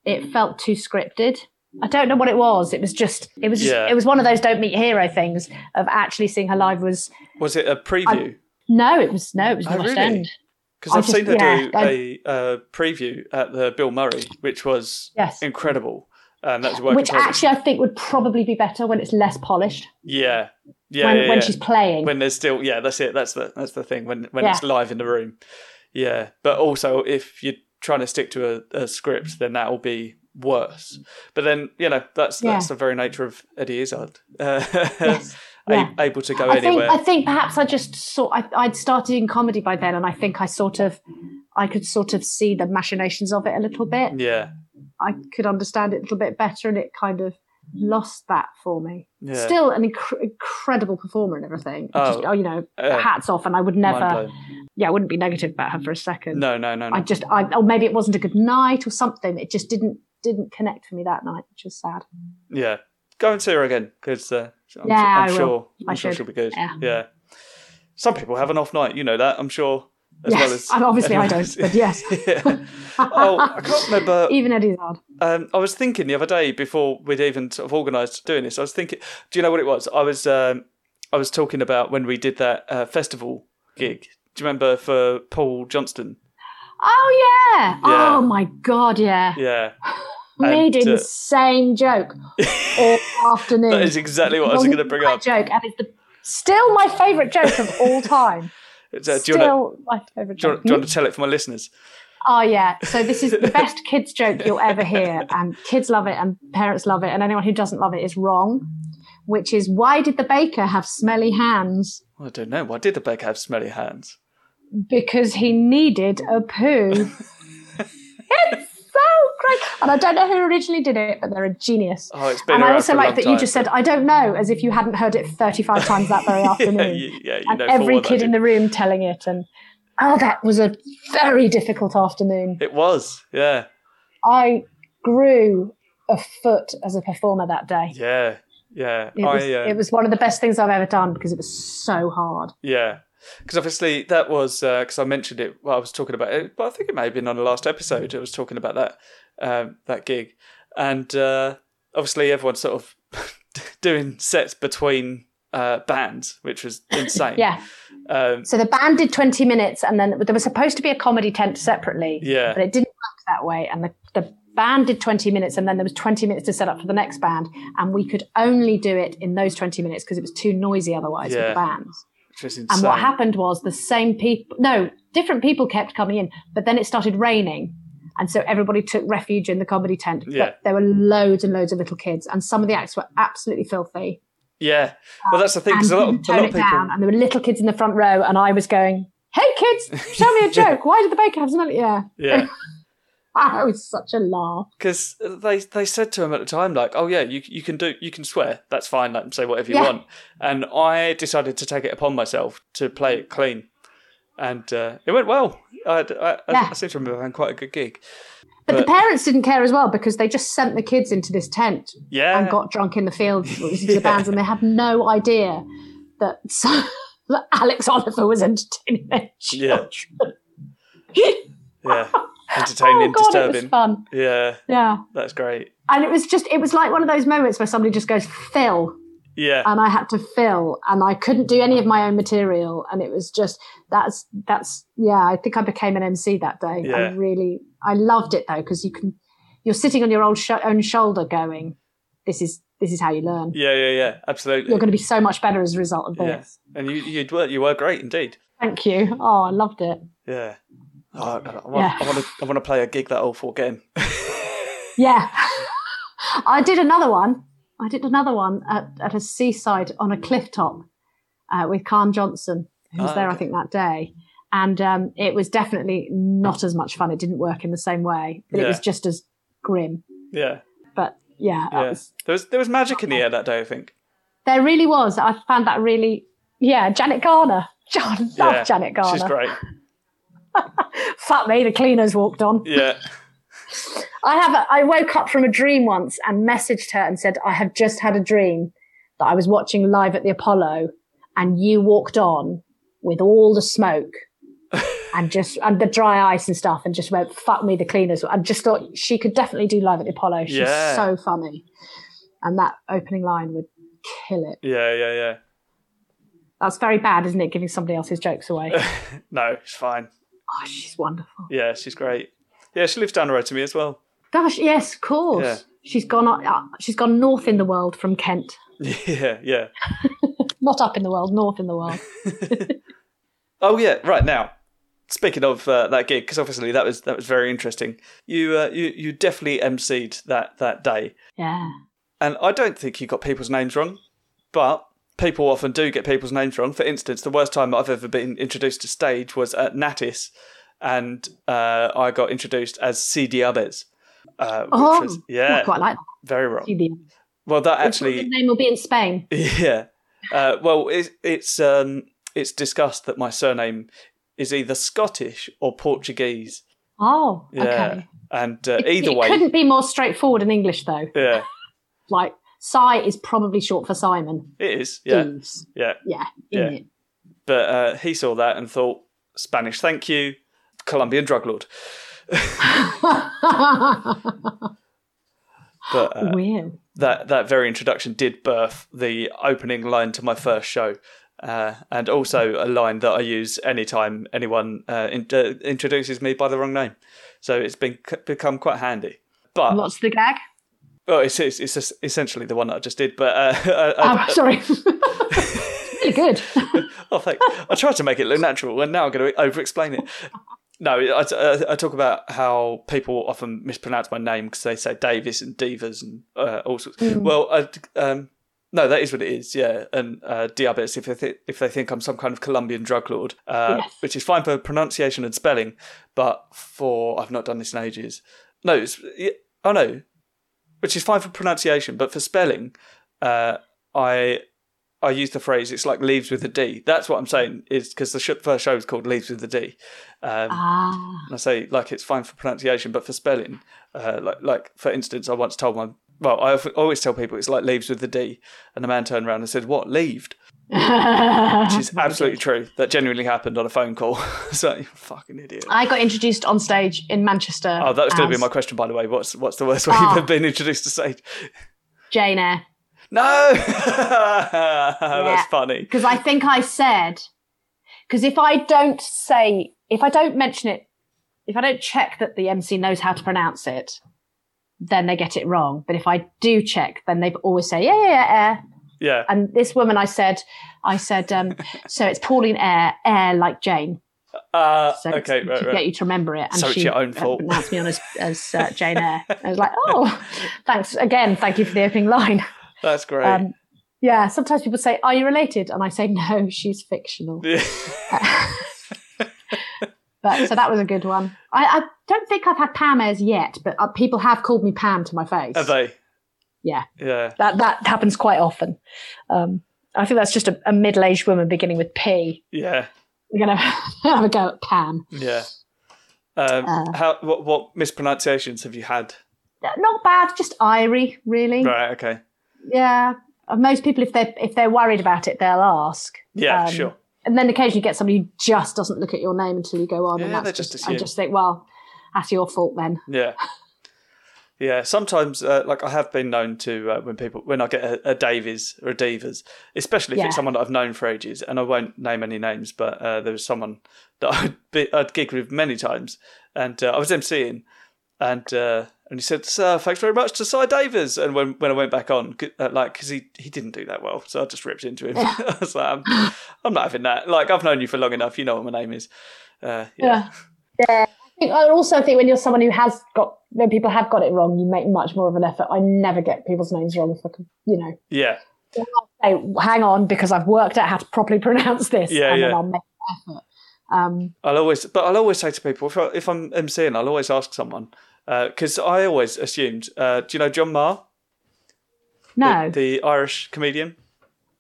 A: Mm.
B: It felt too scripted. I don't know what it was. It was just. It was. Just,
A: Yeah.
B: It was one of those "don't meet hero" things of actually seeing her live was
A: was it a preview?
B: No, it was no, it was
A: Oh,
B: North
A: really?
B: End.
A: Because
B: I
A: I've
B: just-
A: seen her do
B: yeah, I-
A: a uh, preview at the Bill Murray, which was
B: Yes.
A: incredible, and that's work in
B: Which
A: progress.
B: actually I think would probably be better when it's less polished.
A: yeah, yeah,
B: when,
A: yeah,
B: when
A: yeah.
B: she's playing.
A: when there's still yeah that's it that's the that's the thing when when
B: Yeah.
A: it's live in the room yeah but also if you're trying to stick to a, a script then that will be worse but then you know that's <laughs>
B: Yeah.
A: that's the very nature of eddie izzard uh,
B: Yes. Yeah.
A: a- able to go
B: I think
A: anywhere.
B: I think perhaps I just saw I, I'd started in comedy by then, and I think I sort of I could sort of see the machinations of it a little bit.
A: yeah,
B: I could understand it a little bit better, and it kind of lost that for me.
A: yeah.
B: Still an inc- incredible performer and everything. I just-
A: Oh.
B: oh, you know,
A: Uh,
B: hats off, and I would never.
A: mind blown.
B: Yeah, I wouldn't be negative about her for a second.
A: No, no, no, no.
B: I just, I or maybe it wasn't a good night or something. It just didn't didn't connect for me that night, which is sad.
A: yeah, go and see her again because uh, I'm,
B: Yeah,
A: I'm
B: I will.
A: sure
B: I
A: I'm sure
B: should.
A: she'll be good.
B: Yeah.
A: Some people have an off night, you know that. I'm sure. As
B: yes,
A: well as
B: and obviously I
A: everyone
B: don't,
A: else.
B: but yes.
A: <laughs> yeah. Oh, I can't
B: <laughs>
A: remember.
B: Even Eddie's hard.
A: Um, I was thinking the other day before we'd even sort of organised doing this. I was thinking, do you know what it was? I was um, I was talking about when we did that uh, festival gig. Do you remember for Paul Johnston?
B: Oh yeah.
A: Yeah.
B: Oh my god, yeah.
A: Yeah,
B: Made
A: And, uh,
B: insane joke
A: <laughs>
B: all afternoon.
A: that is exactly what I was going to bring
B: My
A: up.
B: joke, and it's the, still my favourite joke of all time.
A: It's, uh, do, you
B: still
A: want
B: my
A: to, do,
B: favourite
A: you
B: joke.
A: want, do you want to tell it for my listeners?
B: Oh yeah. So this is the best kids joke you'll
A: <laughs>
B: ever hear, and kids love it, and parents love it, and anyone who doesn't love it is wrong. Which is why did the baker have smelly hands?
A: Well, I don't know. Why did the baker have smelly hands?
B: because he needed a
A: <laughs>
B: poo. it's so great, and I don't know who originally did it, but they're a genius.
A: Oh, it's been
B: And I
A: around
B: also
A: for a
B: like
A: long
B: that
A: time.
B: you just
A: <laughs>
B: said, "I don't know," as if you hadn't heard it thirty-five times that very
A: yeah,
B: afternoon,
A: you, yeah, you
B: and
A: know,
B: every
A: forward that
B: kid in
A: did.
B: the room telling it. And oh, that was a very difficult afternoon.
A: It was, yeah,
B: I grew a foot as a performer that day.
A: yeah, yeah.
B: It was,
A: I, uh,
B: it was one of the best things I've ever done because it was so hard.
A: Yeah, because obviously that was because I mentioned it. Well, I was talking about it, but I think it may have been on the last episode. I was talking about that um, that gig, and uh, obviously everyone's sort of <laughs> doing sets between uh, bands, which
B: <laughs>
A: was insane.
B: Yeah.
A: um,
B: So the band did 20 minutes, and then there was supposed to be a comedy tent separately.
A: yeah,
B: but it didn't work that way. And the, the band did 20 minutes, and then there was 20 minutes to set up for the next band, and we could only do it in those 20 minutes because it was too noisy otherwise with
A: Yeah.
B: the bands.
A: which was insane.
B: And what happened was the same people, no, different people kept coming in, but then it started raining. And so everybody took refuge in the comedy tent.
A: Yeah.
B: But there were loads and loads of little kids, and some of the acts were absolutely filthy.
A: Yeah, well, that's the thing
B: And
A: because a lot of,
B: couldn't
A: a
B: tone
A: lot of
B: it
A: people.
B: down, and there were little kids in the front row, and I was going, "Hey kids, tell
A: <laughs>
B: me a joke. Why did the baker have smelly?" Yeah, <laughs>
A: Yeah,
B: I was such a laugh.
A: because they they said to him at the time like, "Oh yeah, you you can do you can swear. That's fine. Like say whatever you
B: Yeah.
A: want." And I decided to take it upon myself to play it clean, and uh, it went well. I, I, I-
B: Yeah.
A: I seem to remember having quite a good gig.
B: But,
A: But-
B: the parents didn't care as well because they just sent the kids into this tent
A: Yeah,
B: and got drunk in the fields
A: <laughs>
B: listening to
A: Yeah.
B: the bands, and they had no idea that, <laughs> that Alex Oliver was entertaining their
A: Yeah.
B: children. <laughs>
A: yeah, entertaining,
B: oh god, it was
A: disturbing.
B: fun.
A: Yeah,
B: Yeah,
A: that's great.
B: and it was just—it was like one of those moments where somebody just goes fill,
A: Yeah,
B: and I had to fill, and I couldn't do any of my own material, and it was just that's that's yeah. I think I became an MC that day. I
A: Yeah.
B: really I loved it though because you can you're sitting on your old sho own shoulder going, this is this is how you learn.
A: yeah, yeah, yeah. Absolutely.
B: You're going to be so much better as a result of this.
A: Yeah. And you you were you were great indeed.
B: Thank you. Oh, I loved it.
A: Yeah. Oh, I, I want,
B: Yeah.
A: I want to I want to play a gig that awful again.
B: Yeah, <laughs> I did another one. I did another one at, at a seaside on a cliff top uh, with Khan Johnson, who was
A: Ah,
B: there, I
A: okay.
B: think, that day. And um, it was definitely not as much fun. It didn't work in the same way, but it was
A: Yeah.
B: just as grim.
A: <laughs> yeah,
B: But yeah, that
A: yeah.
B: was-
A: There was there was magic in the air that day. I think.
B: there really was. I found that really, yeah, Janet Garner. <laughs> John, love
A: Yeah,
B: Janet Garner.
A: She's
B: <laughs>
A: great.
B: Fuck me, the cleaners walked on.
A: Yeah.
B: I have. A, I woke up from a dream once and messaged her and said, "I have just had a dream that I was watching live at the Apollo, and you walked on with all the
A: <laughs>
B: smoke and just and the dry ice and stuff, and just went fuck me the cleaners." I just thought she could definitely do live at the Apollo. She's
A: Yeah.
B: so funny, and that opening line would kill it.
A: Yeah, yeah,
B: That's very bad, isn't it? Giving somebody else's jokes
A: <laughs>
B: away.
A: yeah. no, it's fine.
B: oh, she's wonderful.
A: Yeah, she's great. Yeah, she lives down the road to me as well. <laughs>
B: Gosh, yes, of course.
A: Yeah.
B: She's gone. up- Uh, she's gone north in the world from Kent.
A: Yeah, yeah.
B: Not up in the world, north in the world.
A: Oh yeah, right now. Speaking of uh, that gig, because obviously that was that was very interesting. You uh, you you definitely emceed that that day,
B: <laughs> Yeah.
A: and I don't think you got people's names wrong, but people often do get people's names wrong. For instance, the worst time I've ever been introduced to stage was at Natis, and uh, I got introduced as C. Diabez. Uh, which
B: Oh,
A: was,
C: I
A: yeah,
C: quite like
A: very wrong.
C: that.
A: Well, that
B: His
A: actually,
B: name will be in Spain.
A: <laughs> yeah. Uh, well, it's it's um, it's discussed that my surname is either Scottish or Portuguese,
B: Oh,
A: Yeah.
B: okay.
A: and uh,
B: It-
A: either
B: it
A: way,
B: couldn't be more straightforward in English, though.
A: <laughs> yeah,
B: Like, Si is probably short for Simon.
A: it is, yeah,
B: Eves.
A: yeah.
B: Yeah.
A: Yeah.
B: innit?
A: But uh, he saw that and thought, Spanish, thank you, Colombian drug lord. <laughs>
B: <laughs>
A: But uh,
B: Weird.
A: that that very introduction did birth the opening line to my first show, uh, and also a line that I use anytime anyone uh, in, uh, introduces me by the wrong name. So it's been c- become quite handy. But
C: What's the gag?
A: well, it's, it's it's es- essentially the one that I just did. But uh, <laughs>
B: Oh,
A: I, I,
B: sorry. <laughs> really good.
A: oh, thanks. <laughs> I tried to make it look natural, and now I'm going to over-explain it. No, I, I- I talk about how people often mispronounce my name because they say Davis and Divas and uh, all sorts. Well, I, um, no, that is what it is, yeah. And uh, Diabets, if they th- if they think I'm some kind of Colombian drug lord, uh,
B: Yes.
A: which is fine for pronunciation and spelling, but for I've not done this in ages. No, it's, yeah, oh no, which is fine for pronunciation, but for spelling, uh, I I use the phrase "it's like leaves with a D." That's what I'm saying is because the sh- first show is called "Leaves with a D." Um,
B: Ah.
A: and I say like it's fine for pronunciation, but for spelling, uh, like like for instance, I once told my well, I often- always tell people it's like leaves with the D, and the man turned around and said, "What
B: <laughs>
A: leaved?" Which is absolutely true. That genuinely happened on a phone call. <laughs> so you fucking idiot.
B: I got introduced on stage in Manchester.
A: Oh, that was going to
B: Uh, as
A: be my question, by the way. What's what's the worst way
B: Ah.
A: you've ever been introduced to stage?
B: Jane Eyre.
A: No, <laughs> that's funny.
B: Because I think I said, because if I don't say, if I don't mention it, if I don't check that the MC knows how to pronounce it, then they get it wrong. But if I do check, then they always say, yeah, yeah, yeah, air.
A: Yeah,
B: And this woman, I said, I
A: <laughs>
B: said, um, so it's Pauline Air, Air like Jane.
A: Uh,
B: So it's-
A: okay,
B: to
A: right,
B: get
A: right.
B: you to remember it. And
A: So it's
B: she
A: your own
B: uh,
A: fault.
B: pronounced me on as,
A: <laughs>
B: as uh, Jane Eyre. I was like, oh, thanks again. Thank you for the opening line.
A: That's great.
B: Um, yeah, sometimes people say, are you related? And I say, no, she's fictional.
A: <laughs> Yeah.
B: But so that was a good one. I, I don't think I've had Pam airs yet, but uh, people have called me Pam to my face.
A: Are they?
B: Yeah.
A: Yeah.
B: That that happens quite often. Um, I think that's just a, a middle-aged woman beginning with P.
A: Yeah.
B: We're gonna <laughs> have a go at Pam.
A: Yeah. Um,
B: Uh.
A: how? What, what mispronunciations have you had?
B: Not bad, just Irie, really.
A: Right. Okay.
B: Yeah. Uh, Most people, if they're if they're worried about it, they'll ask.
A: Yeah.
B: Um,
A: sure.
B: And then occasionally you get somebody who just doesn't look at your name until you go on, and
A: Yeah,
B: that's
A: they just
B: I
A: assume.
B: just think, well, that's your fault then.
A: Yeah. Yeah. Sometimes, uh, like I have been known to uh, when people when I get a, a Davies or a Divas, especially if
B: Yeah.
A: it's someone that I've known for ages, and I won't name any names, but uh, there was someone <laughs> that I'd be, I'd gigged with many times, and uh, I was emceeing, and uh, and he said, "Sir, thanks very much to Cy Davies." And when, when I went back on, c- uh, like because he he didn't do that well, so I just ripped into him. <laughs> I was like, I'm, "I'm not having that." Like I've known you for long enough, you know what my name is. Uh, yeah,
B: I think- I also think when you're someone who has got when people have got it wrong, you make much more of an effort. I never get people's names wrong if I can, you know.
A: yeah,
B: Say, hang on, because I've worked out how to properly <laughs> pronounce this,
A: Yeah,
B: and
A: yeah.
B: then I'll make an effort. Um,
A: I'll always, but I'll always say to people if, I, if I'm MCing, I'll always ask someone because I always assumed. Uh, do you know John Maher,
B: no,
A: the, the Irish comedian?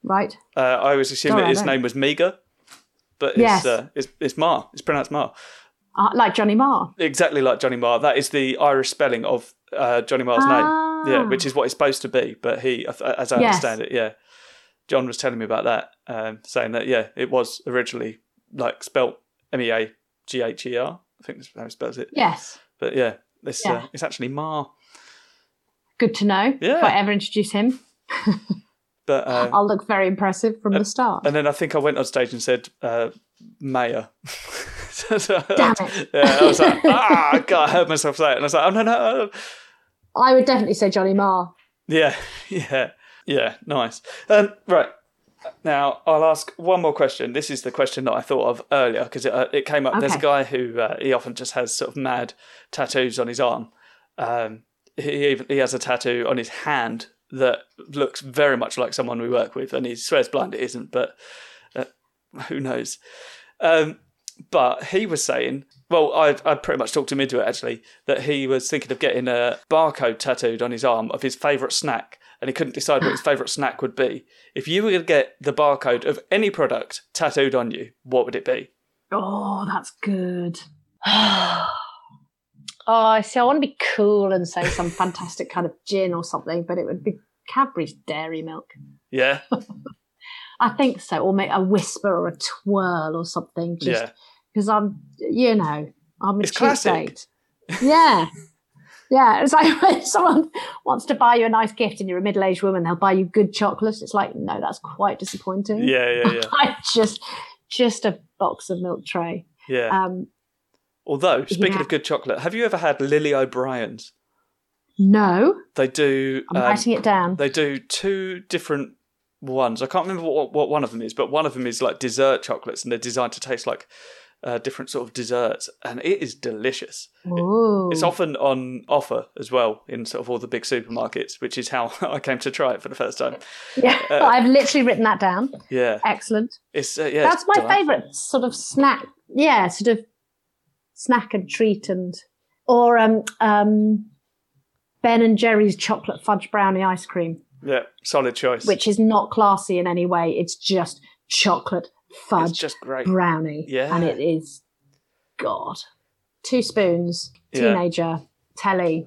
B: right?
A: Uh, I always assumed
B: Sorry,
A: that
B: I
A: his
B: don't.
A: name was Meager, but it's,
B: Yes.
A: uh, it's it's Mar. It's pronounced Mar,
B: Uh, like Johnny Marr.
A: exactly like Johnny Marr. That is the Irish spelling of uh, Johnny Marr's
B: Ah.
A: name, yeah, which is what it's supposed to be. But he, as I
B: Yes.
A: understand it, yeah, John was telling me about that, um, saying that yeah, it was originally like spelt M E A G H E R. I think that's how he spells it.
B: Yes,
A: But yeah, this
B: Yeah.
A: Uh, it's actually Ma.
B: good to know.
A: Yeah.
B: If I ever introduce him,
A: But uh,
B: I'll look very impressive from the start.
A: and then I think I went on stage and said uh, Mayor. <laughs> So- so-
B: Damn it.
A: <laughs> Yeah, I was like, ah, God, I heard myself say it, and I was like, oh no, no, no.
B: I would definitely say Johnny Marr.
A: yeah, <laughs> yeah, yeah, nice. Um, right now, I'll ask one more question. This is the question that I thought of earlier because it, uh, it came up. There's a
B: Okay.
A: guy who uh, he often just has sort of mad tattoos on his arm. Um, he even he has a tattoo on his hand that looks very much like someone we work with, and he swears blind it isn't, but uh, who knows? Um, but he was saying, well, I, I pretty much talked him into it actually, that he was thinking of getting a barcode tattooed on his arm of his favourite snack, and he couldn't decide what his favourite snack would be. If you were going to get the barcode of any product tattooed on you, what would it be?
B: Oh, that's <sighs> good.
D: Oh, see, I want to be cool and say some fantastic kind of gin or something, but it would be
B: Cadbury's dairy milk.
A: Yeah,
B: I think so. Or make a whisper or a twirl or something. <laughs> Just
A: yeah.
B: because I'm, you know, I'm a
A: It's
B: cheap
A: classic.
B: date. Yeah. Yeah, it's like <laughs> when someone wants to buy you a nice gift and you're a middle aged woman, they'll buy you good chocolate. It's like, no, that's quite disappointing.
A: Yeah, yeah, yeah.
B: <laughs> I just, just a box of milk tray.
A: Yeah.
B: Um,
A: Although, speaking
B: yeah.
A: of good chocolate, have you ever had Lily O'Brien's?
B: no,
A: They do.
B: I'm
A: Um,
B: writing it down.
A: they do two different ones. I can't remember what, what one of them is, but one of them is like dessert chocolates, and they're designed to taste like uh, different sort of desserts, and it is delicious.
B: Ooh.
A: It's often on offer as well in sort of all the big supermarkets, which is how <laughs> I came to try it for the first time.
B: yeah,
A: uh,
B: <laughs> I've literally written that down.
A: Yeah,
B: Excellent.
A: it's uh, yeah. it's
B: That's my
A: delightful.
B: favourite sort of snack. Yeah, sort of snack and treat and or um um Ben and Jerry's chocolate fudge brownie ice cream,
A: Yeah, solid choice.
B: which is not classy in any way. It's just chocolate
A: it's
B: fudge
A: just great.
B: brownie.
A: Yeah.
B: And it is God. Two spoons,
A: Yeah.
B: teenager, telly,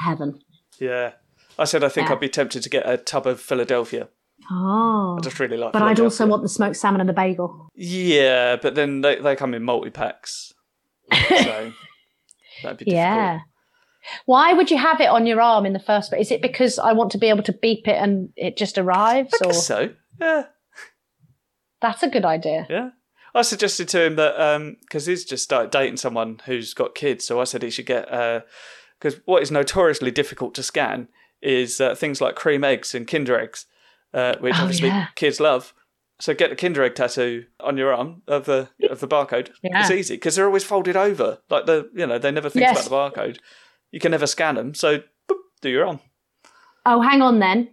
B: heaven.
A: Yeah, I said I think
B: Yeah.
A: I'd be tempted to get a tub of Philadelphia.
B: Oh.
A: I just really like.
B: But I'd also
A: Philadelphia.
B: want the smoked salmon and the bagel.
A: Yeah, but then they, they come in multi packs, so that'd be difficult.
B: Yeah. Why would you have it on your arm in the first place? Is it because I want to be able to beep it and it just arrives?
A: I
B: Or
A: guess so. Yeah,
B: that's a good idea.
A: yeah. I suggested to him that because he's just started dating someone who's got kids, so I said he should get because what is notoriously difficult to scan is uh, things like cream eggs and Kinder eggs, uh, which
B: Oh,
A: obviously
B: yeah.
A: kids love. So get the Kinder egg tattoo on your arm of the of the barcode.
B: Yeah.
A: It's easy because they're always folded over. Like the you know they never think
B: Yes.
A: about the barcode. You can never scan them, so boop, do your arm.
B: Oh, hang on then.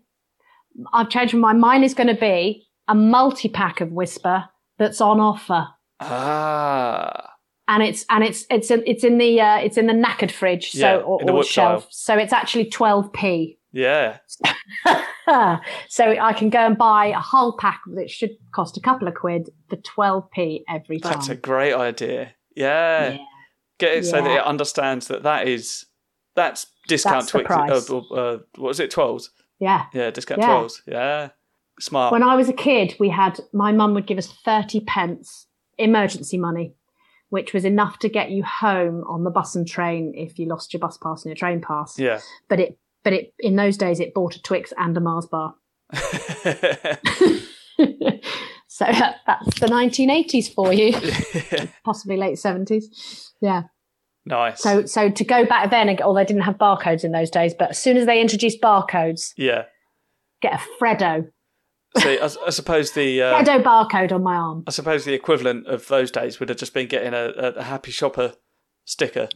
B: I've changed my mind. Mine is going to be a multi pack of Whisper that's on offer,
A: Ah,
B: and it's and it's it's in, it's in the uh, it's in the knackered fridge, so
A: Yeah,
B: or,
A: in the
B: or
A: whip
B: shelf.
A: aisle.
B: So it's actually twelve p. <laughs>
A: yeah,
B: so I can go and buy a whole pack that should cost a couple of quid for twelve p every time.
A: that's a great idea. Yeah.
B: Yeah.
A: get it so that
B: Yeah.
A: it understands that that is that's discount
B: That's the
A: Twix.
B: price.
A: Uh, uh, what was it? Twelves.
B: yeah.
A: Yeah, discount
B: Yeah.
A: twelves. Yeah, smart.
B: When I was a kid, we had my mum would give us 30 pence emergency money, which was enough to get you home on the bus and train if you lost your bus pass and your train pass.
A: yeah. <laughs>
B: But it but it in those days it bought a Twix and a Mars bar. <laughs> so that, that's the 1980s
A: <laughs>
B: for you, <laughs> possibly late 70s. Yeah.
A: nice.
B: So so to go back then, and- although I didn't have barcodes in those days, but as soon as they introduced barcodes,
A: yeah.
B: get a Freddo
A: So I, s- I suppose
B: <laughs>
A: the uh,
B: Freddo barcode on my arm.
A: I suppose the equivalent of those days would have just been getting a, a, a happy shopper sticker.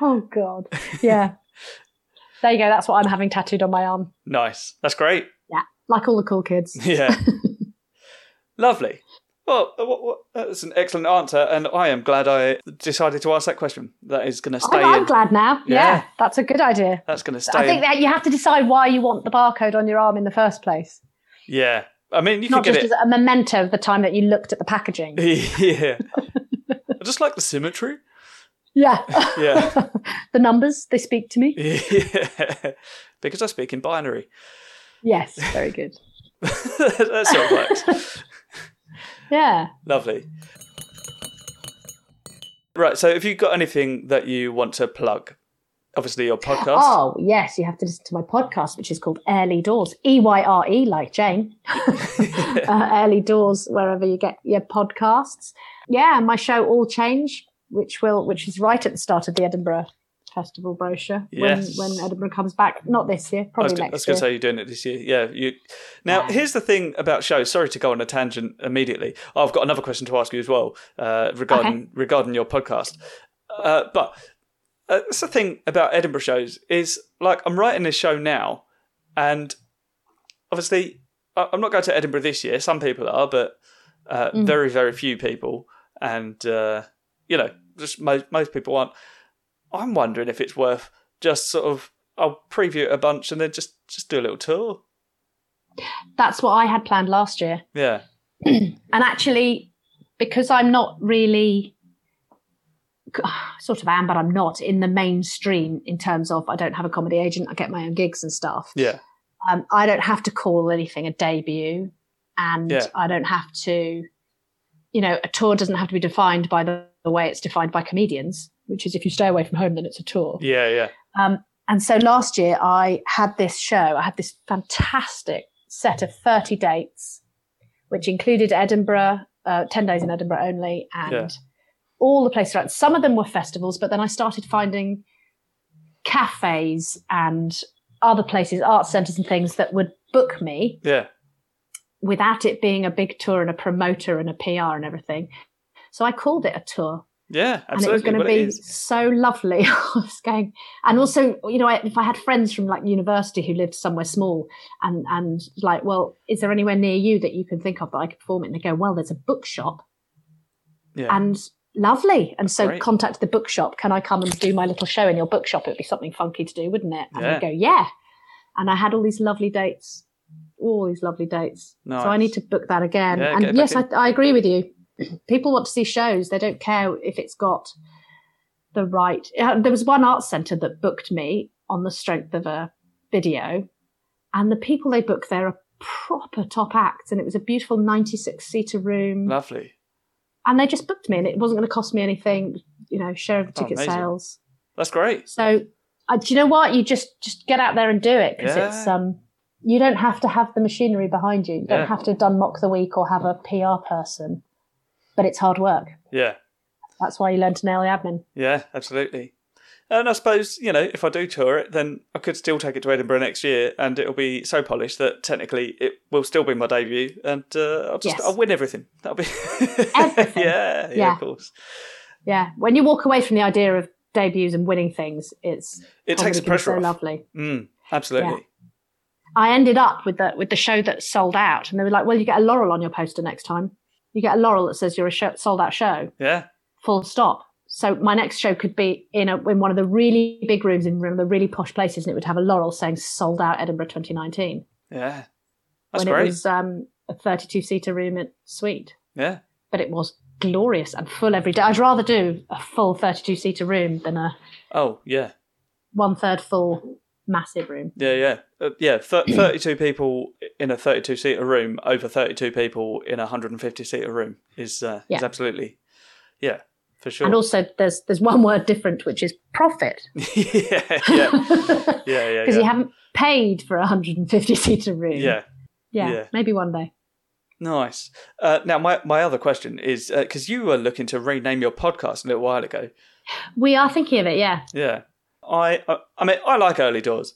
B: Oh God. Yeah. <laughs> there you go. That's what I'm having tattooed on my arm,
A: Nice. That's great. <laughs>
B: like all the cool kids.
A: Yeah.
B: <laughs>
A: Lovely. Well, uh, what, what, that's an excellent answer, and I am glad I decided to ask that question. That is going to stay
B: I'm, I'm
A: in.
B: glad now. Yeah.
A: Yeah.
B: that's a good idea.
A: That's going to stay.
B: I
A: in.
B: think that you have to decide why you want the barcode on your arm in the first place,
A: Yeah. I mean, you
B: not
A: could
B: just
A: get
B: as a memento of the time that you looked at
A: <laughs>
B: the packaging.
A: it. yeah. I just like the symmetry.
B: yeah, <laughs>
A: Yeah.
B: the numbers they speak to me.
A: yeah. Because I speak in binary. <laughs>
B: Yes, very good.
A: that sort of works.
B: Yeah,
A: Lovely. Right. So, if you've got anything that you want to plug, obviously your podcast.
B: Oh, yes, you have to listen to my podcast, which is called Early Doors, E Y R E,
A: <laughs>
B: like Jane. <laughs> uh, Early Doors, wherever you get your podcasts. Yeah, and my show All Change, which will, which is right at the start of the Edinburgh Festival brochure
A: Yes.
B: when, when Edinburgh comes back. Not this year,
A: I was
B: probably
A: gonna- I was
B: next
A: going
B: year.
A: to say you're doing it this year. Yeah. You. Now,
B: Yeah.
A: here's the thing about shows. Sorry to go on a tangent immediately. I've got another question to ask you as well uh, regarding regarding your podcast. Uh, but uh, that's the thing about Edinburgh shows is like I'm writing this show now, and obviously I- I'm not going to Edinburgh this year. Some people are, but uh,
B: Mm.
A: very very few people, and uh, you know just most most people aren't. I'm wondering if it's worth just sort of I'll preview it a bunch and then just just do a little tour.
B: That's what I had planned last year.
A: Yeah,
B: And actually, because I'm not really <sighs> sort of am, but I'm not in the mainstream in terms of I don't have a comedy agent, I get my own gigs and stuff.
A: yeah,
B: Um, I don't have to call anything a debut, and
A: Yeah.
B: I don't have to, you know, a tour doesn't have to be defined by the, the way it's defined by comedians, which is if you stay away from home, then it's a tour.
A: yeah, yeah.
B: Um, and so last year I had this show, I had this fantastic set of 30 dates, which included Edinburgh, uh, 10 days in Edinburgh only, and
A: Yeah.
B: all the places around. Some of them were festivals, but then I started finding cafes and other places, art centres and things that would book me
A: Yeah,
B: without it being a big tour and a promoter and a PR and everything. So I called it a tour,
A: yeah, absolutely.
B: and it was
A: well,
B: going to be
A: is.
B: so lovely. <laughs> I was going, and also, you know, I, if I had friends from like university who lived somewhere small, and and like, well, is there anywhere near you that you can think of that I could perform it? And they go, well, there's a bookshop,
A: Yeah.
B: and lovely. And so
A: great.
B: contact the bookshop. Can I come and do my little show in your bookshop? It'd be something funky to do, wouldn't it? And
A: Yeah.
B: they go, yeah. And I had all these lovely dates, all these lovely dates.
A: Nice.
B: So I need to book that again.
A: Yeah, get it
B: Um, and yes, I,
A: back
B: I agree with you. <clears throat> People want to see shows. They don't care if it's got the right. uh, There was one art centre that booked me on the strength of a video, and the people they book there are proper top acts. And it was a beautiful 96 seater room
A: lovely.
B: and they just booked me and it wasn't going to cost me anything you know share of the
A: Oh,
B: ticket
A: amazing.
B: sales
A: That's great.
B: so uh, do you know what you just just get out there and do it because it's
A: Yeah.
B: um you don't have to have the machinery behind you you don't
A: Yeah.
B: have to have done mock the week or have a pr person but it's hard work
A: Yeah.
B: that's why you learn to nail the admin
A: Yeah, absolutely. And I suppose, you know, if I do tour it, then I could still take it to Edinburgh next year and it'll be so polished that technically it will still be my debut and uh, I'll just
B: Yes.
A: I'll win everything. That'll be <laughs>
B: Everything.
A: yeah, yeah,
B: Yeah.
A: of course.
B: yeah when you walk away from the idea of debuts and winning things it's
A: It
B: probably
A: takes the
B: gonna be
A: pressure
B: so
A: off.
B: lovely
A: Mm, absolutely.
B: I ended up with the with the show that sold out, and they were like, "Well, you get a laurel on your poster next time. You get a laurel that says you're a show, sold out show.
A: Yeah.
B: Full stop." So my next show could be in a, in one of the really big rooms in one of the really posh places, and it would have a laurel saying "Sold out Edinburgh 2019."
A: Yeah. That's
B: when
A: great.
B: it was um, a 32 seater room at Sweet,
A: yeah.
B: but it was glorious and full every day. I'd rather do a full 32 seater room than a
A: Oh, yeah.
B: one third full massive room.
A: Yeah, yeah. Uh, yeah, thir- 32 people in a 32 seater room over 32 people in a 150 seater room is uh, is
B: Yeah.
A: absolutely Yeah, for sure.
B: And also, there's there's one word different, which is profit.
A: <laughs> yeah, yeah.
B: <laughs>
A: Yeah, yeah,
B: because
A: yeah.
B: you haven't paid for a 150 seater room.
A: yeah.
B: yeah,
A: yeah.
B: maybe one day.
A: Nice. Uh, now, my, my other question is because you were looking to rename your podcast a little while ago.
B: We are thinking of it. Yeah,
A: Yeah. I I, I mean, I like early doors.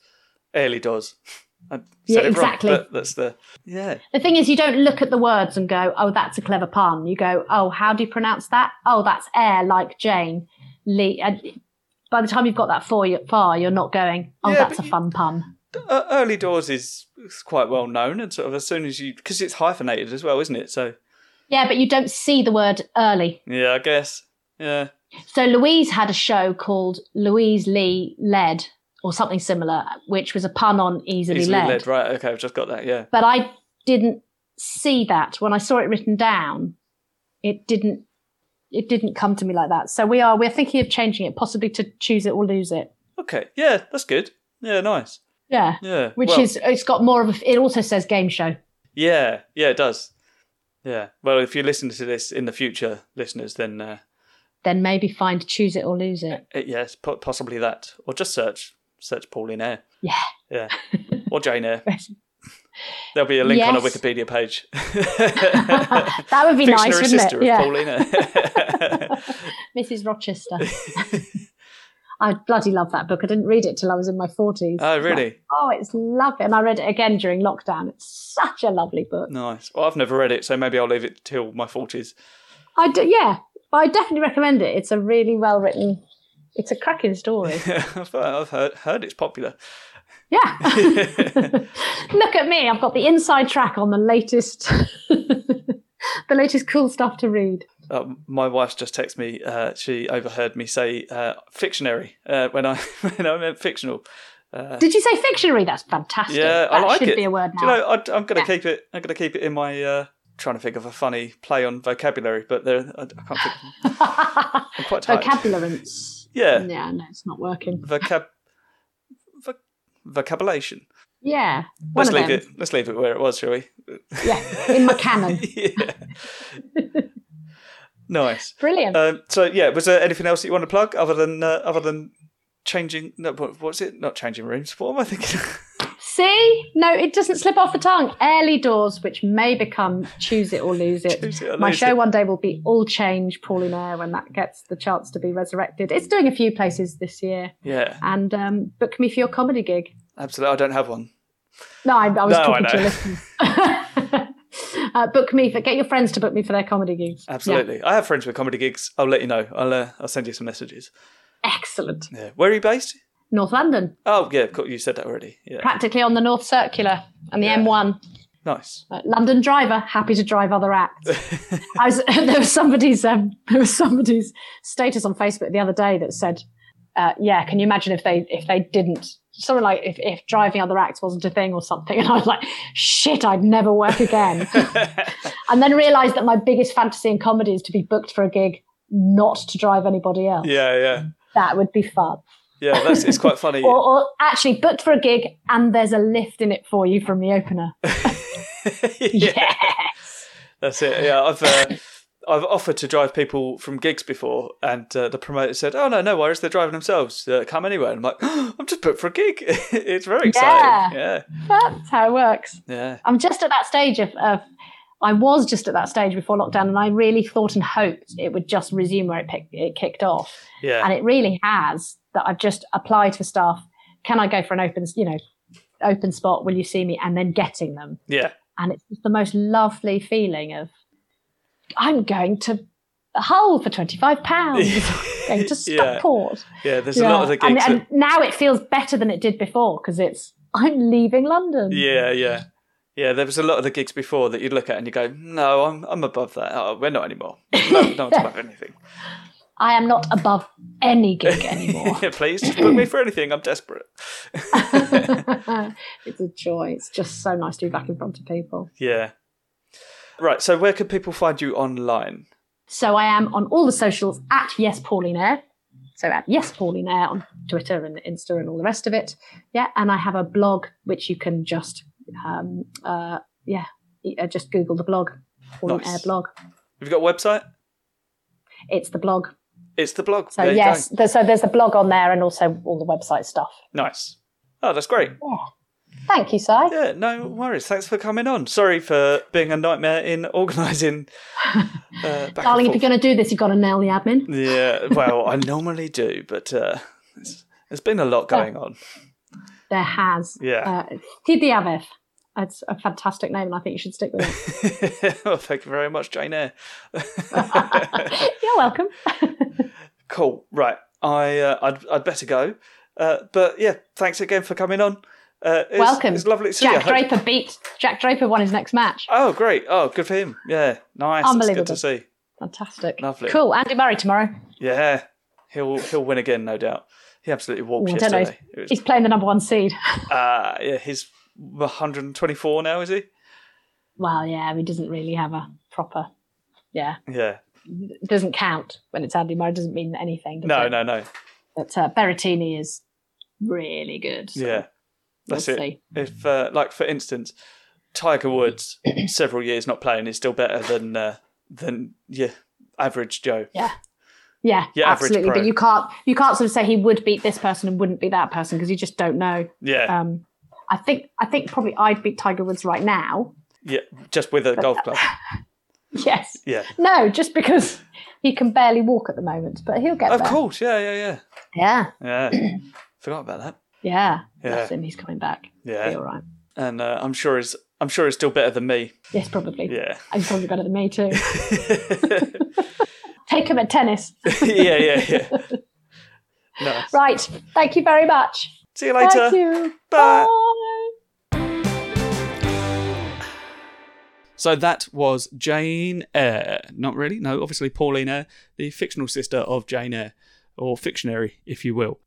A: Early doors. <laughs> I said
B: Yeah,
A: it wrong,
B: exactly.
A: but that's the. Yeah.
B: the thing is, you don't look at the words and go, "Oh, that's a clever pun." You go, "Oh, how do you pronounce that?" "Oh, that's air, like Jane Lee." And by the time you've got that far, you're, far, you're not going, "Oh,
A: Yeah,
B: that's
A: but
B: a
A: you-
B: fun pun."
A: Uh, early doors is is quite well known, and sort of as soon as you. Because it's hyphenated as well, isn't it? So,
B: Yeah, but you don't see the word early.
A: yeah, I guess. Yeah.
B: So Louise had a show called Louise Lee Led or something similar, which was a pun on easily,
A: Easily
B: led.
A: led. Right. Okay, I've just got that. Yeah.
B: but I didn't see that when I saw it written down. It didn't. It didn't come to me like that. So we are we're thinking of changing it, possibly to choose it or lose it.
A: Okay. Yeah, that's good. Yeah, nice.
B: Yeah,
A: Yeah.
B: which
A: Well,
B: is it's got more of. A, it also says game show.
A: Yeah, yeah, it does. Yeah. Well, if you listen to this in the future, listeners, then uh,
B: Then maybe find choose it or
A: <laughs>
B: lose it.
A: it, yes, po- possibly that, or just search search Pauline Eyre.
B: Yeah.
A: Yeah. Or Jane
B: <laughs>
A: Eyre. There'll be a link on a
B: Yes.
A: Wikipedia
B: <laughs>
A: page.
B: that would be
A: Fictionary
B: nice, wouldn't
A: sister
B: <laughs> it? Yeah,
A: of Pauline Eyre.
B: Mrs. Rochester. <laughs> I bloody love that book. I didn't read it till I was in my forties.
A: <laughs> oh, really?
B: oh, it's lovely, and I read it again during lockdown. It's such a lovely book.
A: Nice. Well, I've never read it, so maybe I'll leave it till my forties. <laughs>
B: I do, yeah, I definitely recommend it. It's a really well written
E: It's a cracking story.
A: I've, I've heard, heard it's popular. <laughs>
B: Yeah. <laughs> Look at me. I've got the inside track on the latest, <laughs> the latest cool stuff to read.
A: Uh, my wife's just texted me. Uh, she overheard me say uh, "fictionary" uh, when I <laughs> when I meant fictional. Uh,
B: Did you say fictionary? That's fantastic.
A: Yeah, I
B: that
A: like
B: should
A: it.
B: be a word now.
A: Do you know? I, I'm going to
B: Yeah.
A: keep it. I'm going to keep it in my. Uh, trying to think of a funny play on vocabulary, but there I, I can't think. I'm quite tired.
B: <laughs> Vocabulance.
A: yeah,
B: Yeah, no, it's not working.
A: vocab. Voc- vocabulation.
B: Yeah, one
A: Let's
B: of
A: leave
B: them.
A: it. Let's leave it where it was, shall
B: <laughs>
A: we? <laughs>
B: Yeah, in my canon.
A: yeah. nice.
E: Brilliant.
A: Um, so yeah, was there anything else that you want to plug other than uh, other than changing? No, what, what's it? Not changing rooms. What am I thinking?
B: See, no, it doesn't slip off the tongue. Early doors, which may become choose it or lose it.
A: Choose it or
B: My
A: lose
B: show
A: it.
B: one day will be all change, Pauline Air, when that gets the chance to be resurrected. It's doing a few places this year,
A: <laughs> yeah,
B: and um, book me for your comedy gig.
A: absolutely. I don't have one.
B: No, I, I was
A: No, I
B: talking
A: know.
B: to your listeners. <laughs> uh, book me for get your friends to book me for their comedy gigs. Yeah.
A: Absolutely, I have friends with comedy gigs. I'll let you know. I'll uh, I'll send you some messages.
B: excellent.
A: Yeah. Where are you based?
B: North London,
A: Oh yeah, of course. You said that already. Yeah.
B: practically on the North Circular and the
A: Yeah.
B: M1.
A: Nice.
B: Uh, London driver, happy to drive other
A: <laughs>
B: acts. I was, <laughs> there was somebody's um, there was somebody's status on Facebook the other day that said, uh, "Yeah, can you imagine if they if they didn't." Something like if, if driving other acts wasn't a thing or something, <laughs> and I was like, "Shit, I'd never
A: <laughs>
B: work again." and then realised that my biggest fantasy in comedy is to be booked for a gig, not to drive anybody else.
A: Yeah, yeah,
B: That would be fun.
A: yeah. That's it's quite funny.
B: <laughs> Or, or actually booked for a gig, and there's a lift in it for you from the opener.
A: <laughs> <laughs> yeah. That's it. Yeah, I've uh, I've offered to drive people from gigs before, and uh, the promoter said, "Oh no, no worries. They're driving themselves. Uh, come anywhere." And I'm like, <gasps> "I'm just booked for a gig. <laughs> it's very exciting." Yeah,
B: <laughs> That's how it works.
A: yeah,
B: I'm just at that stage of, of I was just at that stage before lockdown, and I really thought and hoped it would just resume where it, pick, it kicked off,
A: yeah,
B: and it really has. That I've just applied for stuff. Can I go for an open, you know, open spot? Will you see me? And then getting them,
A: yeah,
B: and it's just the most lovely feeling of I'm going to Hull for twenty five
A: <laughs>
B: pounds. going
A: Yeah.
B: to Stockport.
A: yeah. There's a lot of the
B: and,
A: gigs.
B: and now it feels better than it did before because it's I'm leaving London.
A: that, yeah, yeah, yeah. There was a lot of the gigs before that you'd look at and you go, "No, I'm I'm above that. Oh, we're not
B: <laughs>
A: anymore. No, no one's above anything.
B: I am not above any
A: <laughs>
B: gig anymore.
A: Please just book me for anything. I'm desperate."
B: it's a joy. It's just so nice to be back in front of people.
A: Yeah. Right. So, where can people find you online?
B: So I am on all the socials at Yes Pauline Air. So at Yes Pauline Air on Twitter and Insta and all the rest of it. Yeah, and I have a blog which you can just, um, uh, yeah, y- uh, just Google the blog, Pauline
A: Nice.
B: Air blog.
A: Have you got a website?
B: It's the blog.
A: It's the blog.
B: So
A: There you go.
B: yes, th- so there's a blog on there and also all the website stuff.
A: Nice. Oh, that's great.
B: Thank you, Si.
A: Yeah, no worries. Thanks for coming on. Sorry for being a nightmare in organising. Uh, back
B: Darling, if
A: and
B: you're going to do this, you've got to nail the admin.
A: forth. Yeah, well, I normally do, but uh, it's, there's been a lot going on.
B: There has.
A: Yeah.
B: Uh, Tidi Aveth. It's a fantastic name, and I think you should stick with it.
A: <laughs> well, thank you very much, Jane Eyre. <laughs>
B: You're welcome.
A: Cool. Right. I uh, I'd, I'd better go. Uh, but yeah, thanks again for coming on. Uh, it's,
B: welcome.
A: It's lovely to see you.
B: Jack
A: I hope-
B: Draper beat Jack Draper won his next match.
A: Oh, great. Oh, good for him. Yeah, nice.
B: Unbelievable.
A: It's good to see.
B: Fantastic.
A: Lovely.
B: Cool. Andy Murray tomorrow.
A: Yeah, he'll he'll win again, no doubt. He absolutely walked
B: Ooh, I don't know.
A: yesterday. It was
B: He's playing the number one seed.
A: Uh, yeah, he's 124 now, is he?
B: Well, yeah, he doesn't really have a proper. Yeah,
A: Yeah.
B: it doesn't count when it's Andy Murray. It doesn't mean anything. does
A: No,
B: it?
A: no, no.
B: But uh, Berrettini is really good. so
A: Yeah. That's
B: we'll
A: it.
B: see.
A: If, uh, like, for instance, Tiger Woods, several years not playing, is still better than, uh, than yeah, average Joe.
B: Yeah,
A: Yeah, average
B: absolutely.
A: pro.
B: But you can't you can't sort of say he would beat this person and wouldn't beat that person because you just don't know.
A: Yeah.
B: Um, I think I think probably I'd beat Tiger Woods right now. <laughs>
A: Yeah. Just with a golf club.
B: Yes.
A: Yeah.
B: No, just because he can barely walk at the moment, but he'll get
A: Of
B: there.
A: course. Yeah, yeah,
B: Yeah.
A: yeah. Yeah. Forgot about that.
B: Yeah.
A: Yeah.
B: Bless him. He's coming back. Be
A: Yeah.
B: all right.
A: And uh, I'm sure he's. I'm sure he's still better than me.
B: Yes, probably.
A: Yeah. <laughs>
B: I'm probably better than me too.
A: yeah,
B: Take him at tennis.
A: yeah, yeah. No.
B: Right. Thank you very much.
A: See you later.
B: Thank you.
A: Bye.
B: Bye.
A: So that was Jane Eyre. Not really, no, obviously Pauline Eyre, the fictional sister of Jane Eyre, or fictionary, if you will.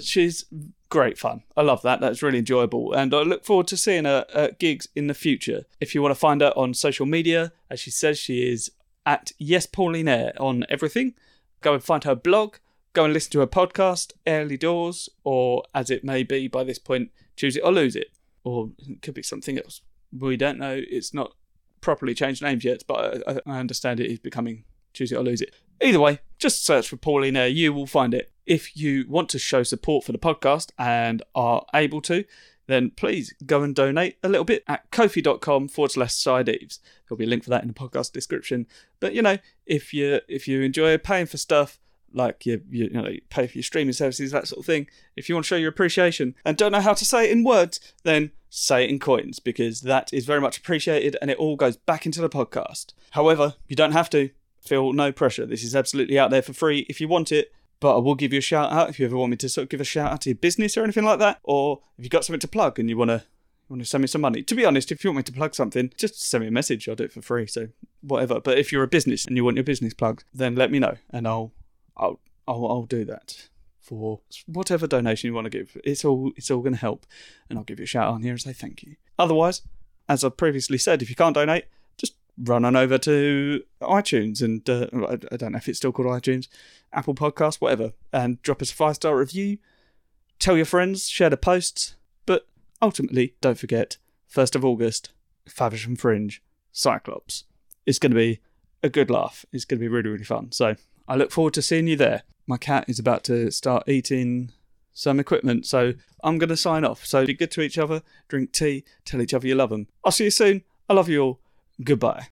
A: She's great fun. I love that. That's really enjoyable. And I look forward to seeing her at gigs in the future. If you want to find her on social media, as she says, she is at Yes Pauline Eyre on everything. Go and find her blog. Go and listen to her podcast, Early Doors, or as it may be by this point, Choose It or Lose It. Or it could be something else. We don't know. It's not properly changed names yet, but I, I understand it is becoming Choose It or Lose It. Either way, just search for Pauline Air. You will find it. If you want to show support for the podcast and are able to, then please go and donate a little bit at kofi.com forward slash side eaves. There'll be a link for that in the podcast description. But you know, if you if you enjoy paying for stuff like you you, you know you pay for your streaming services that sort of thing, if you want to show your appreciation and don't know how to say it in words, then say it in coins because that is very much appreciated and it all goes back into the podcast. However, you don't have to feel no pressure. This is absolutely out there for free if you want it. But I will give you a shout out if you ever want me to sort of give a shout out to your business or anything like that, or if you've got something to plug and you want to want to send me some money. To be honest, if you want me to plug something, just send me a message. I'll do it for free. So whatever. But if you're a business and you want your business plugged, then let me know and I'll I'll I'll, I'll do that for whatever donation you want to give. It's all it's all going to help, and I'll give you a shout out on here and say thank you. Otherwise, as I've previously said, if you can't donate, just run on over to iTunes and uh, I- I don't know if it's still called iTunes, Apple Podcasts, whatever, and drop us a five star review. Tell your friends, share the posts, but ultimately, don't forget, first of August, Favish and Fringe, Cyclops. It's going to be a good laugh. It's going to be really really fun. So I look forward to seeing you there. My cat is about to start eating some equipment, so I'm going to sign off. So be good to each other, drink tea, tell each other you love them. I'll see you soon. I love you all. Goodbye.